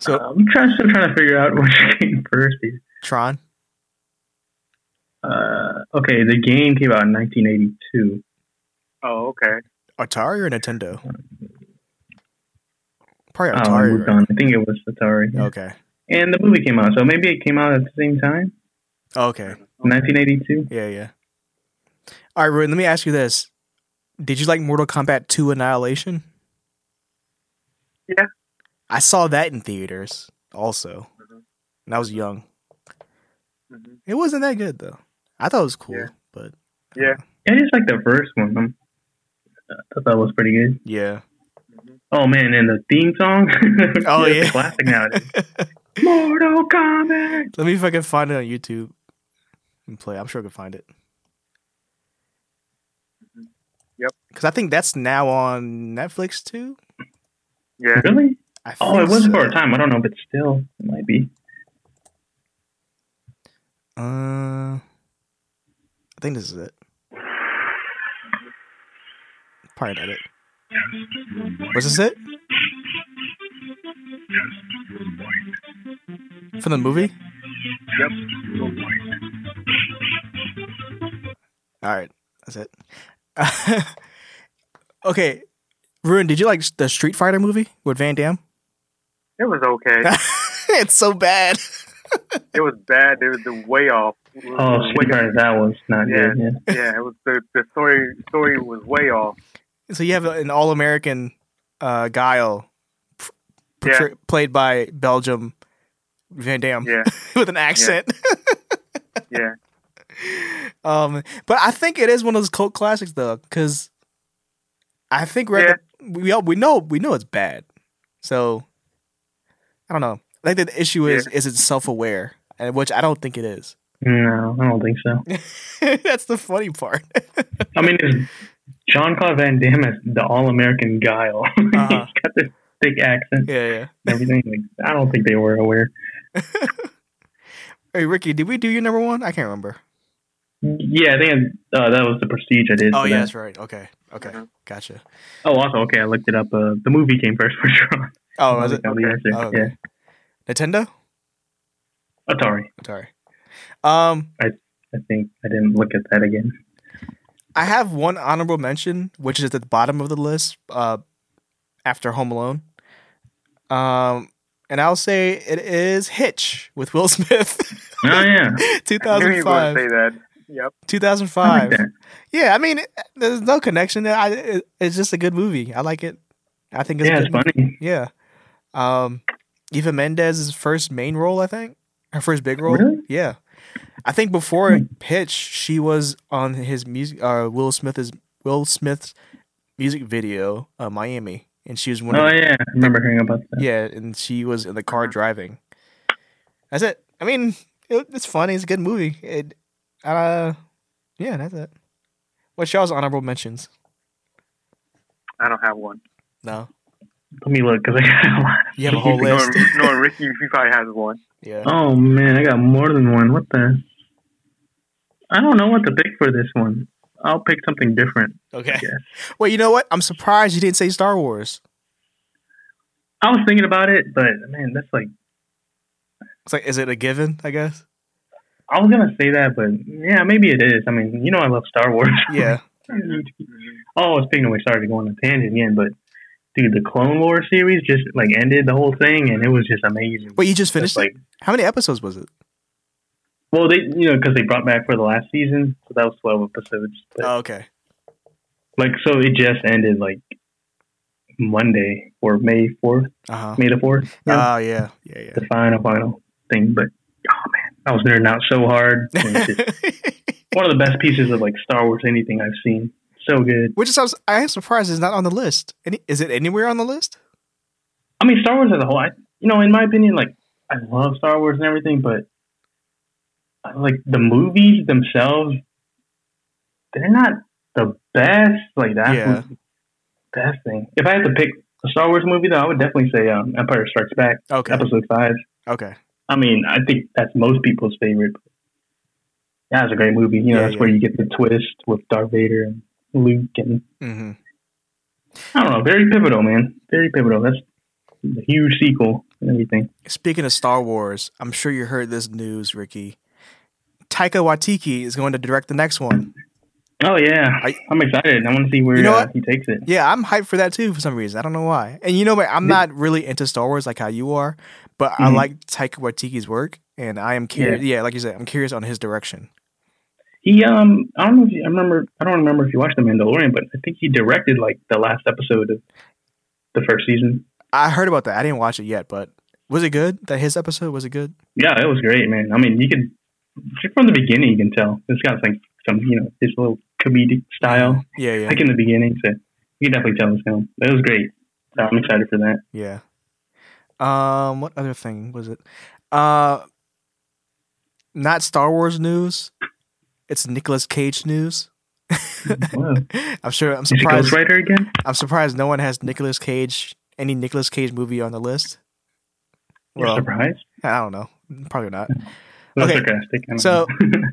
So I'm trying, still trying to figure out which came first. here. Tron, Uh, okay, the game came out in 1982. Oh, okay. Atari or Nintendo? Probably Oh, I Atari. moved right? on. I think it was Atari. Okay. And the movie came out, so maybe it came out at the same time, Okay. 1982. Yeah, yeah. All right, Ruin, let me ask you this. Did you like Mortal Kombat 2 Annihilation? Yeah. I saw that in theaters also. Mm-hmm. Mhm. And I was young. hmm It wasn't that good though. I thought it was cool, Yeah. but I just like the first one. Um, I thought that was pretty good. yeah. mm-hmm. Oh man, and the theme song. Oh, It's a yeah. classic nowadays. Let Mortal Kombat. me if I can find it on YouTube and play. I'm sure I can find it. Mm-hmm. Mhm. Yep. Because I think that's now on Netflix too. Yeah. Really? I Oh, it think was so. for a time. I don't know, but still, it might be. Uh, I think this is it. Probably not it. Was this it? From the movie? Yep. All right, that's it. okay, Ruin, did you like the Street Fighter movie with Van Damme? It was okay. it's so bad. it was bad. It was the way off. It was Oh, way- Street Fighter, that was not Yeah. good. Yeah. Yeah, it was the, the story. Story was way off. So you have an all-American uh, Guile, p- Yeah. portray- played by Belgium Van Damme Yeah, with an accent. yeah. um, but I think it is one of those cult classics though, because I think we're at the- we all, we know we know it's bad. So I don't know. I think the issue is is it self aware, and which I don't think it is. No, I don't think so. That's the funny part. I mean, it's John Claude Van Damme is the all American guile. Uh-huh. He's got this thick accent Yeah, yeah. and everything. Like, I don't think they were aware. Hey, Ricky, did we do your number one? I can't remember. Yeah, I think uh, that was the Prestige I did. Oh, for yeah, that. that's right. Okay, okay, Mhm. gotcha. Oh, also, okay, I looked it up. Uh, the movie came first for sure. Oh, was it Yeah, Oh, okay. Yeah, Nintendo? Atari. Sorry. Um, I think I didn't look at that again. I have one honorable mention, which is at the bottom of the list, uh, after Home Alone. Um, and I'll say it is Hitch with Will Smith, Oh yeah, I knew you were going to 2005. say that. Yep. I 2005. like that. Yeah, I mean, it- there's no connection. there. I, it, it's just a good movie. I like it. I think it's Yeah, a it's good. movie. funny. Yeah. Um, Eva Mendez's first main role, I think, her first big role. Really? Hmm. Yeah, I think before Pitch, she was on his music. Uh, Will Smith's Will Smith's music video, uh, Miami, and she was one. Oh of, yeah, I remember hearing about that. yeah, and she was in the car driving. That's it. I mean, it, it's funny. It's a good movie. It, uh, yeah, that's it. What's y'all's honorable mentions? I don't have one. No, Let me look because I got a lot. you have a whole Knowing, list. knowing Ricky, he probably has one. Yeah. Oh man, I got more than one. What the? I don't know what to pick for this one. I'll pick something different. Okay. Yeah. Well, you know what? I'm surprised you didn't say Star Wars. I was thinking about it, but man, that's like It's like, is it a given? I guess. I was gonna say that, but yeah, maybe it is. I mean, you know, I love Star Wars. Yeah. oh, speaking of which, sorry to go on a tangent again, but dude, the Clone War series just like ended the whole thing, and it was just amazing. Wait, you just Just, finished it? like, How many episodes was it? well, they you know because they brought back for the last season, so that was twelve episodes. But, Oh, okay. like, so it just ended like Monday or May fourth, Uh huh. May the fourth. Oh you know, yeah. Yeah The final final thing, but oh man, I was nerding out so hard. And it's just yeah. one of the best pieces of like Star Wars anything I've seen. So good. Which is I, was, I am surprised it's not on the list. Any, is it anywhere on the list? I mean, Star Wars as a whole, I, you know, in my opinion, like I love Star Wars and everything, but I- like the movies themselves, they're not the best. Like the Yeah. absolute best thing. If I had to pick a Star Wars movie, though, I would definitely say um, Empire Strikes Back, Okay. Episode Five. Okay. I mean, I think that's most people's favorite. Yeah, it's a great movie. You know, Yeah, that's yeah. where you get the twist with Darth Vader and Luke, and Mm-hmm. I don't know, very pivotal, man. Very pivotal. That's a huge sequel and everything. Speaking of Star Wars, I'm sure you heard this news, Ricky. Taika Waititi is going to direct the next one. Oh yeah, I, I- am excited. I want to see where You know uh, what? he takes it. Yeah, I'm hyped for that too for some reason. I don't know why. And you know what? I'm Yeah. not really into Star Wars like how you are, but I Mhm. like Taika Waititi's work, and I am curious. Yeah. like you said, I'm curious on his direction. He um, I don't know if you, I remember. I don't remember if you watched The Mandalorian, but I think he directed like the last episode of the first season. I heard about that. I didn't watch it yet, but was it good? That his episode was it good? Yeah, it was great, man. I mean, you could just from the beginning you can tell it's got like some you know his little comedic style Yeah, yeah, like in the beginning. So you can definitely tell it's him. It was great. So I'm excited for that. yeah. Um, what other thing was it? Uh, not Star Wars news. It's Nicolas Cage news. Wow. I'm sure. I'm Is he surprised. Ghostwriter again? I'm surprised no one has Nicolas Cage any Nicolas Cage movie on the list. You're Well, surprised? I don't know. Probably not. That's Okay. sarcastic. I don't So- know.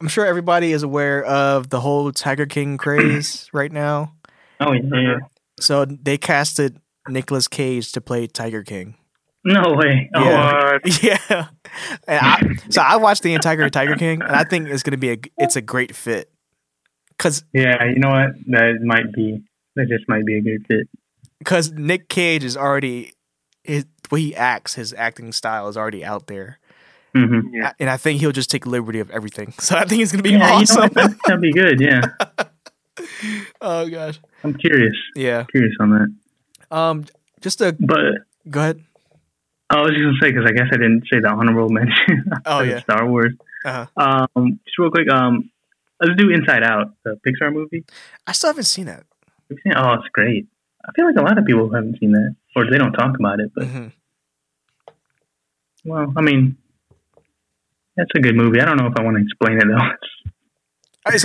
I'm sure everybody is aware of the whole Tiger King craze right now. oh yeah. So they casted Nicolas Cage to play Tiger King. No way. Oh, Yeah. What? yeah. And I, so I watched the entire Tiger King, and I think it's gonna be a it's a great fit. Cause Yeah, you know what? That might be that just might be a good fit. cause Nick Cage is already his the way he acts, his acting style is already out there, hmm Yeah. and I think he'll just take liberty of everything. So I think it's gonna be Yeah, you know awesome. what? That, that'd be good. Yeah, oh gosh, I'm curious, yeah. curious on that. Um, just a But go ahead. I was just gonna say because I guess I didn't say the honorable mention. Oh, of yeah. Star Wars. Uh-huh. Um, just real quick. Um, let's do Inside Out, the Pixar movie. I still haven't seen it. Have you seen it? Oh, it's great. I feel like a lot of people haven't seen that, or they don't talk about it. But Mhm. well, I mean, that's a good movie. I don't know if I want to explain it though. It's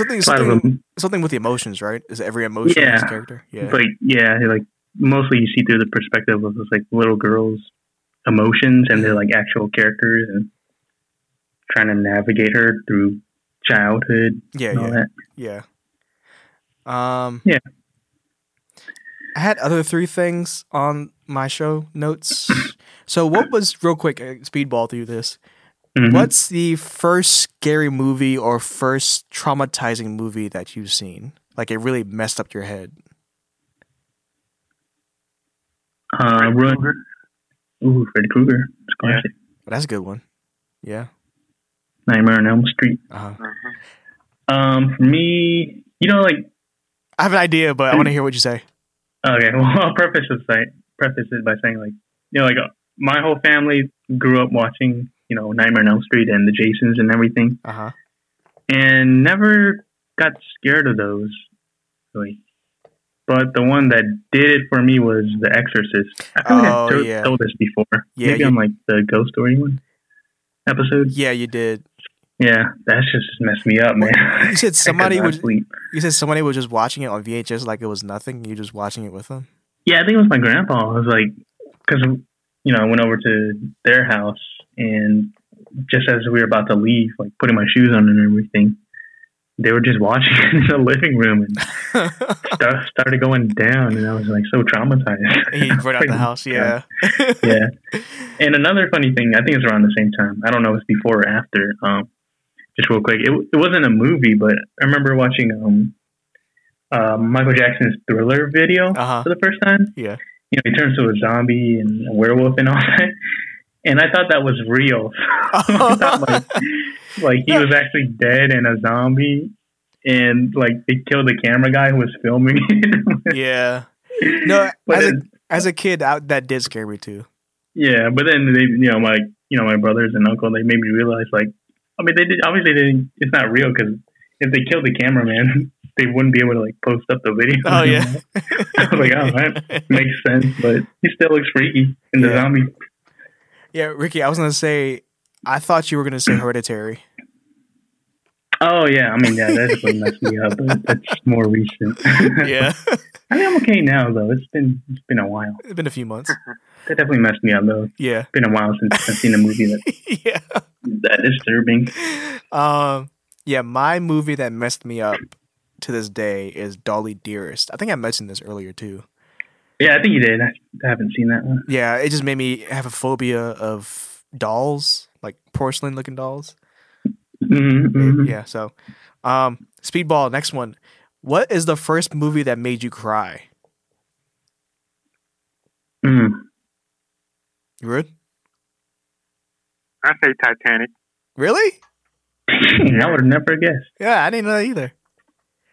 All right, something, a lot of something, them, something with the emotions, right? Is it every emotion in Yeah. his character? Yeah. like yeah, like mostly you see through the perspective of this, like little girls' emotions and their like actual characters and trying to navigate her through childhood Yeah, and all yeah, that. yeah. Um, Yeah. I had other three things on my show notes. so, what was real quick? uh, Speedball through this. Mhm. What's the first scary movie or first traumatizing movie that you've seen? Like it really messed up your head. Uh, Freddy run. Krueger. Ooh, Freddy Krueger. It's classic. That's a good one. Yeah. Nightmare on Elm Street. Uh-huh. Mhm. Um, for me, you know, like I have an idea, but I want to hear what you say. Okay, well, I'll preface this by preface it by saying like, you know, like uh, my whole family grew up watching, you know, Nightmare on Elm Street and the Jasons and everything, Uh huh. and never got scared of those, really. But the one that did it for me was The Exorcist. I feel like Oh, I to- yeah. told this before, Yeah, maybe you- on like the Ghost Story one episode. Yeah, you did. Yeah, that's just messed me up, man. You said somebody I could not was. sleep. You said somebody was just watching it on VHS like it was nothing. You just watching it with them. Yeah, I think it was my grandpa. I was like, because you know, I went over to their house, and just as we were about to leave, like putting my shoes on and everything, they were just watching it in the living room and stuff started going down, and I was like so traumatized. he right out the house. Yeah. yeah. And another funny thing, I think it's around the same time. I don't know if it's before or after. Um, just real quick, it, it wasn't a movie, but I remember watching um, uh, Michael Jackson's Thriller video Uh huh. for the first time. Yeah. You know, he turns to a zombie and a werewolf and all that. And I thought that was real. I thought, like, like he was actually dead and a zombie. And like they killed the camera guy who was filming it. Yeah. No, but as a, then- as a kid, I, that did scare me too. yeah, but then they, you know, my you know my brothers and uncle, they made me realize like, I mean, they did obviously they didn't. It's not real because if they killed the cameraman, they wouldn't be able to like post up the video. Oh yeah. I was like, oh, that makes sense, but he still looks freaky in the Yeah. zombie Yeah, Ricky, I was gonna say, I thought you were gonna say hereditary. Oh yeah, I mean yeah, that's what messed me up. That's more recent. Yeah, I mean I'm okay now though. It's been it's been a while. it's been a few months. That definitely messed me up though. It's Yeah, been a while since I've seen a movie that yeah. that disturbing. Um, yeah. My movie that messed me up to this day is Dolly Dearest. I think I mentioned this earlier too. Yeah, I think you did. I, I haven't seen that one. Yeah, it just made me have a phobia of dolls, like porcelain looking dolls. hmm Yeah. So, um, Speedball. Next one. What is the first movie that made you cry? Mm. You rude? I say Titanic. Really? I would have never guessed. Yeah, I didn't know that either.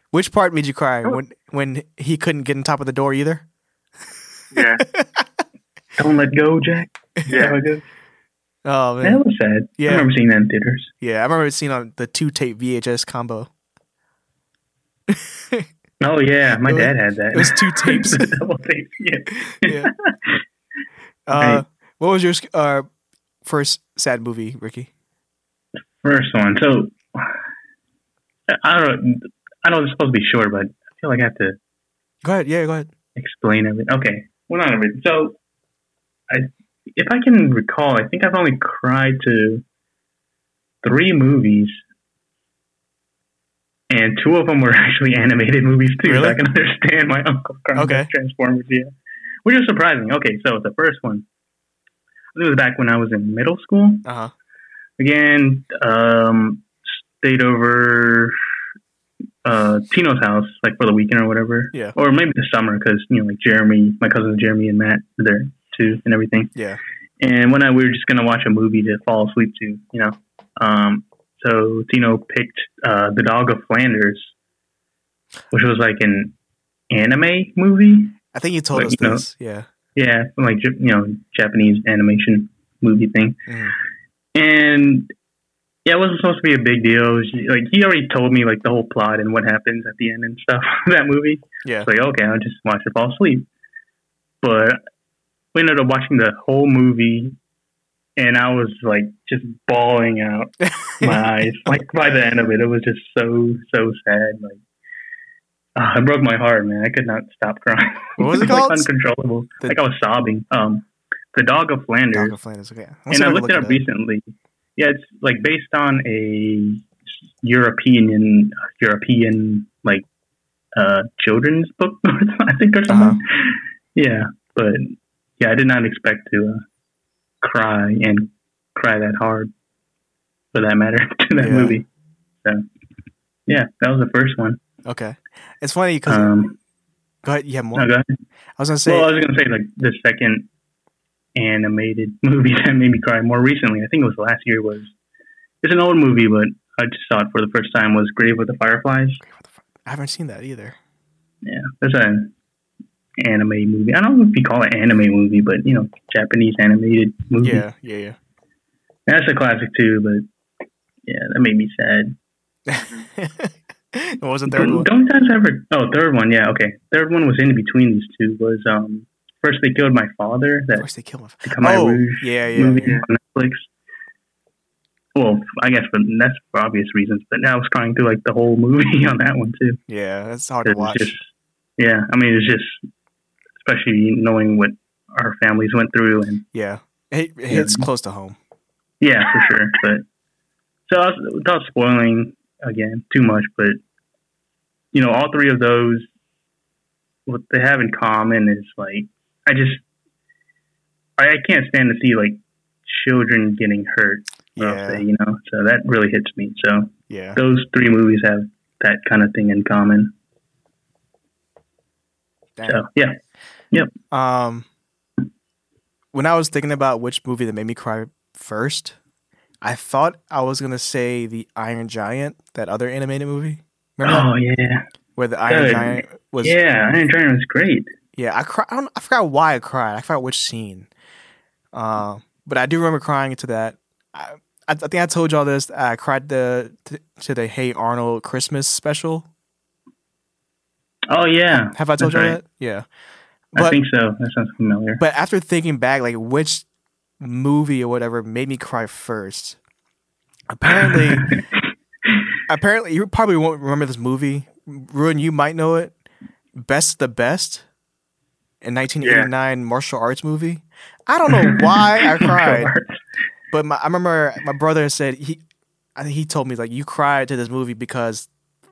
Which part made you Oh. cry? When when he couldn't get on top of the door either? Yeah, Don't let go, Jack. Yeah. Don't let go. Oh man. That was sad. Yeah. I remember seeing that in theaters. Yeah, I remember seeing on the two tape VHS combo. Oh yeah, my It was- dad had that. it was two tapes. Double tape. Yeah. Yeah. Uh, Right. what was your uh, first sad movie, Ricky? First one. So I don't. know. I know it's supposed to be short, but I feel like I have to Go ahead. Yeah, go ahead. explain everything. Okay, well, not everything. So, I, if I can recall, I think I've only cried to three movies, and two of them were actually animated movies too. Really? So I can understand my uncle crying Okay. at Transformers. Yeah, which is surprising. Okay, so the first one, I think it was back when I was in middle school Uh huh. again um stayed over uh tino's house like for the weekend or whatever Yeah. or maybe the summer because you know like jeremy my cousins jeremy and matt were there too and everything Yeah. and one night we were just gonna watch a movie to fall asleep to you know um so tino picked uh the dog of flanders which was like an anime movie I think you told Like, us you know- this. Yeah. yeah like Jap- you know japanese animation movie thing Mhm. and yeah, it wasn't supposed to be a big deal. It was, like he already told me like the whole plot and what happens at the end and stuff of that movie. Yeah. It's like okay, I'll just watch it fall asleep. But we ended up watching the whole movie, and I was like just bawling out my eyes. Like by the end of it, it was just so so sad. Like Ah, it broke my heart, man. I could not stop crying. What was it was, called? Like uncontrollable. The- like I was sobbing. Um, the Dog of Flanders. Dog of Flanders. Okay. I'll and see I if can looked it up look recently. Yeah, it's like based on a European European like uh children's book, I think, or something. Uh-huh. Yeah, but yeah, I did not expect to uh, cry and cry that hard, for that matter, to that Yeah. movie. So yeah, that was the first one. Okay. It's funny because Um, go ahead. You have more. no, go ahead. I was gonna say. well, I was gonna say like the second animated movie that made me cry more recently. I think it was last year. Was it's an old movie, but I just saw it for the first time. Was Grave with the Fireflies? What the fuck? I haven't seen that either. Yeah, that's an anime movie. I don't know if you call it anime movie, but you know, Japanese animated movie. Yeah, yeah, That's a classic too. But yeah, that made me sad. yeah. what was the third Don't, one? don't guys ever? Oh, third one. Yeah, okay. Third one was in between these two. Was um first they killed my father. Of That course, they killed him. Khmer oh, Rouge. yeah, yeah. movie yeah. on uh, Netflix. Well, I guess for, that's for obvious reasons, but now I was crying through like the whole movie on that one too. Yeah, that's hard to It's watch. just, yeah, I mean, it's just especially knowing what our families went through, and yeah, it, it hits close to home. yeah, for sure. But so I was, without spoiling again too much, but you know, all three of those, what they have in common is like I just I, I can't stand to see like children getting hurt what I'll Yeah, say, you know. So that really hits me. So yeah. those three movies have that kind of thing in common. Damn. So yeah, Um, when I was thinking about which movie that made me cry first, I thought I was gonna say the Iron Giant, that other animated movie. Remember that? oh yeah, where the Iron dude. Giant was? yeah. Iron Giant was great. Yeah, I cry. I, don't, I forgot why I cried. I forgot which scene. Uh, but I do remember crying into that. I, I, I think I told y'all this. I cried the to, to the Hey Arnold Christmas special. Oh yeah, Have I told That's y'all right. that? Yeah. I But think so. That sounds familiar. but after thinking back, like which movie or whatever made me cry first? Apparently, apparently you probably won't remember this movie. Ruin, you might know it. Best the best, in 1989 martial arts movie. I don't know why I cried. But my, I remember my brother said he, I think he told me like you cried to this movie because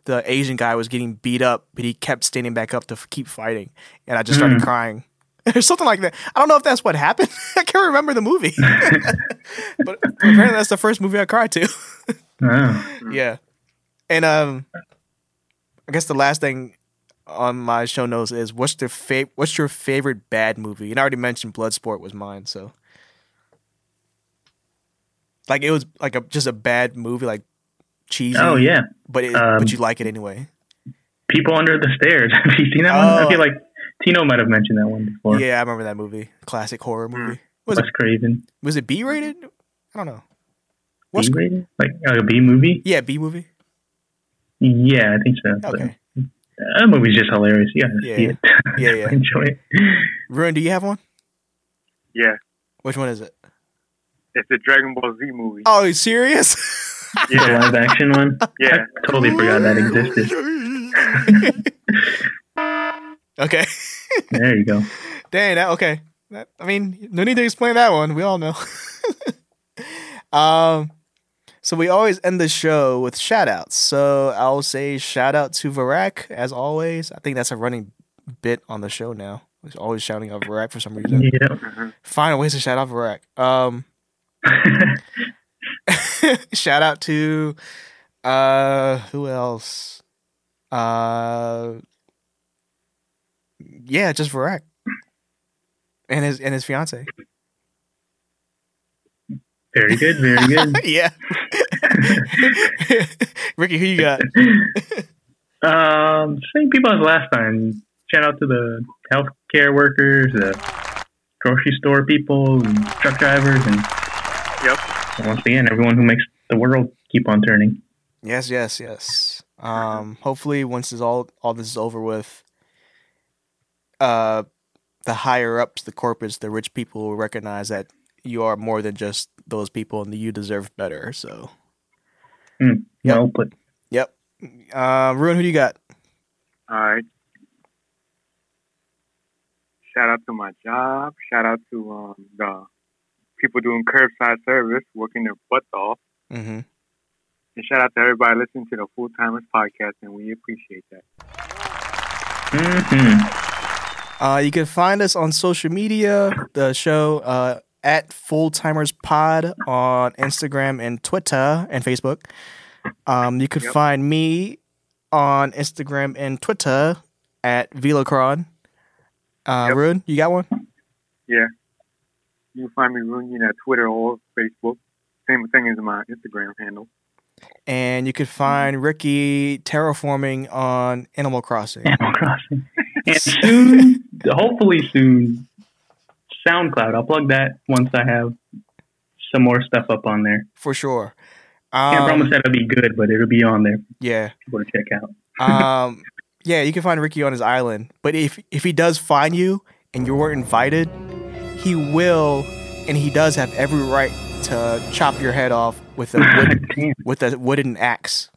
the Asian guy was getting beat up, but he kept standing back up to f- keep fighting, and I just started Mm. crying or something like that. I don't know if that's what happened. I can't remember the movie, but apparently that's the first movie I cried to. oh, Mm. yeah, and um, I guess the last thing on my show notes is what's the fa- what's your favorite bad movie? And I already mentioned Bloodsport was mine, so like it was like a just a bad movie, like cheesy. oh yeah. but it, um, but you like it anyway. People under the stairs. have you seen that one? Oh. I feel like Tino might have mentioned that one before. Yeah, I remember that movie, classic horror Mm. movie. Was Wes it Craven. was it B rated? Mm-hmm. I don't know. What's B rated? Like, like oh, a B movie? yeah B movie? Yeah, I think so. But Okay, That movie's just hilarious. You gotta see Yeah. it. yeah, yeah. Enjoy it. Ruin, do you have one? Yeah, Which one is it? it's the Dragon Ball Z movie. Oh, are you serious? The Yeah, live action one. yeah. I totally forgot that existed. existed. okay. There you go. Dang, that okay. That, I mean, no need to explain that one. We all know. um so we always end the show with shout outs. So I'll say shout out to Varak as always. I think that's a running bit on the show now. He's always shouting out Varak for some reason. Yeah. Uh-huh. Find ways to shout out Varak. Um shout out to uh who else uh yeah just Varek and his and his fiance very good. Very good. yeah ricky who you got um, same people as last time. Shout out to the healthcare workers, the grocery store people, and truck drivers, and Yep. and once again, everyone who makes the world keep on turning. yes yes yes um hopefully once this all all this is over with uh the higher ups the corporates the rich people will recognize that you are more than just those people and that you deserve better so Mm, Yep. Well put. Yep. Uh, Ruin, who do you got? All right. Shout out to my job. Shout out to um, the people doing curbside service, working their butts off. Mm-hmm. And shout out to everybody listening to the Full Timers podcast, and we appreciate that. Mm-hmm. Uh, you can find us on social media, the show uh, at Full Timers Pod on Instagram and Twitter and Facebook. Um, you can Yep. find me on Instagram and Twitter at Velocron. Uh, Yep. Ruin, you got one? You can find me Runyon at Twitter or Facebook. Same thing as my Instagram handle. And you can find Ricky terraforming on Animal Crossing. Animal Crossing. And soon, hopefully soon, SoundCloud. I'll plug that once I have some more stuff up on there. For sure. Can't promise Um, that'll be good, but it'll be on there for yeah. people to check out. Um, yeah, you can find Ricky on his island. But if if he does find you and you weren't invited, he will, and he does have every right to chop your head off with a wood, Damn, with a wooden axe.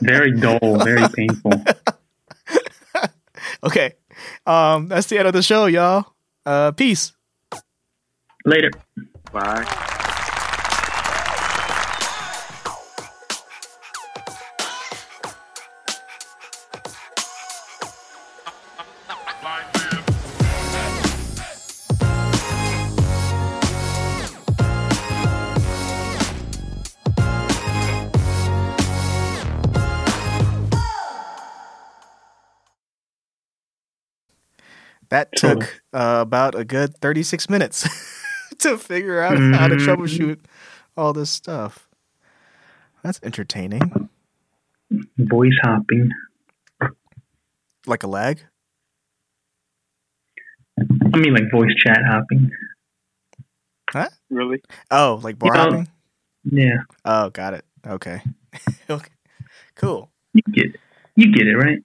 very dull, very painful. Okay, um, that's the end of the show, y'all. Uh, peace. Later. Bye. That Sure. took uh, about a good thirty six minutes to figure out how to Mhm. troubleshoot all this stuff. That's entertaining. Voice hopping. Like a lag. I mean, like voice chat hopping. Really? Oh, like bar Yeah. hopping. Yeah, Oh, got it. Okay. okay. Cool. you get, you get it, right?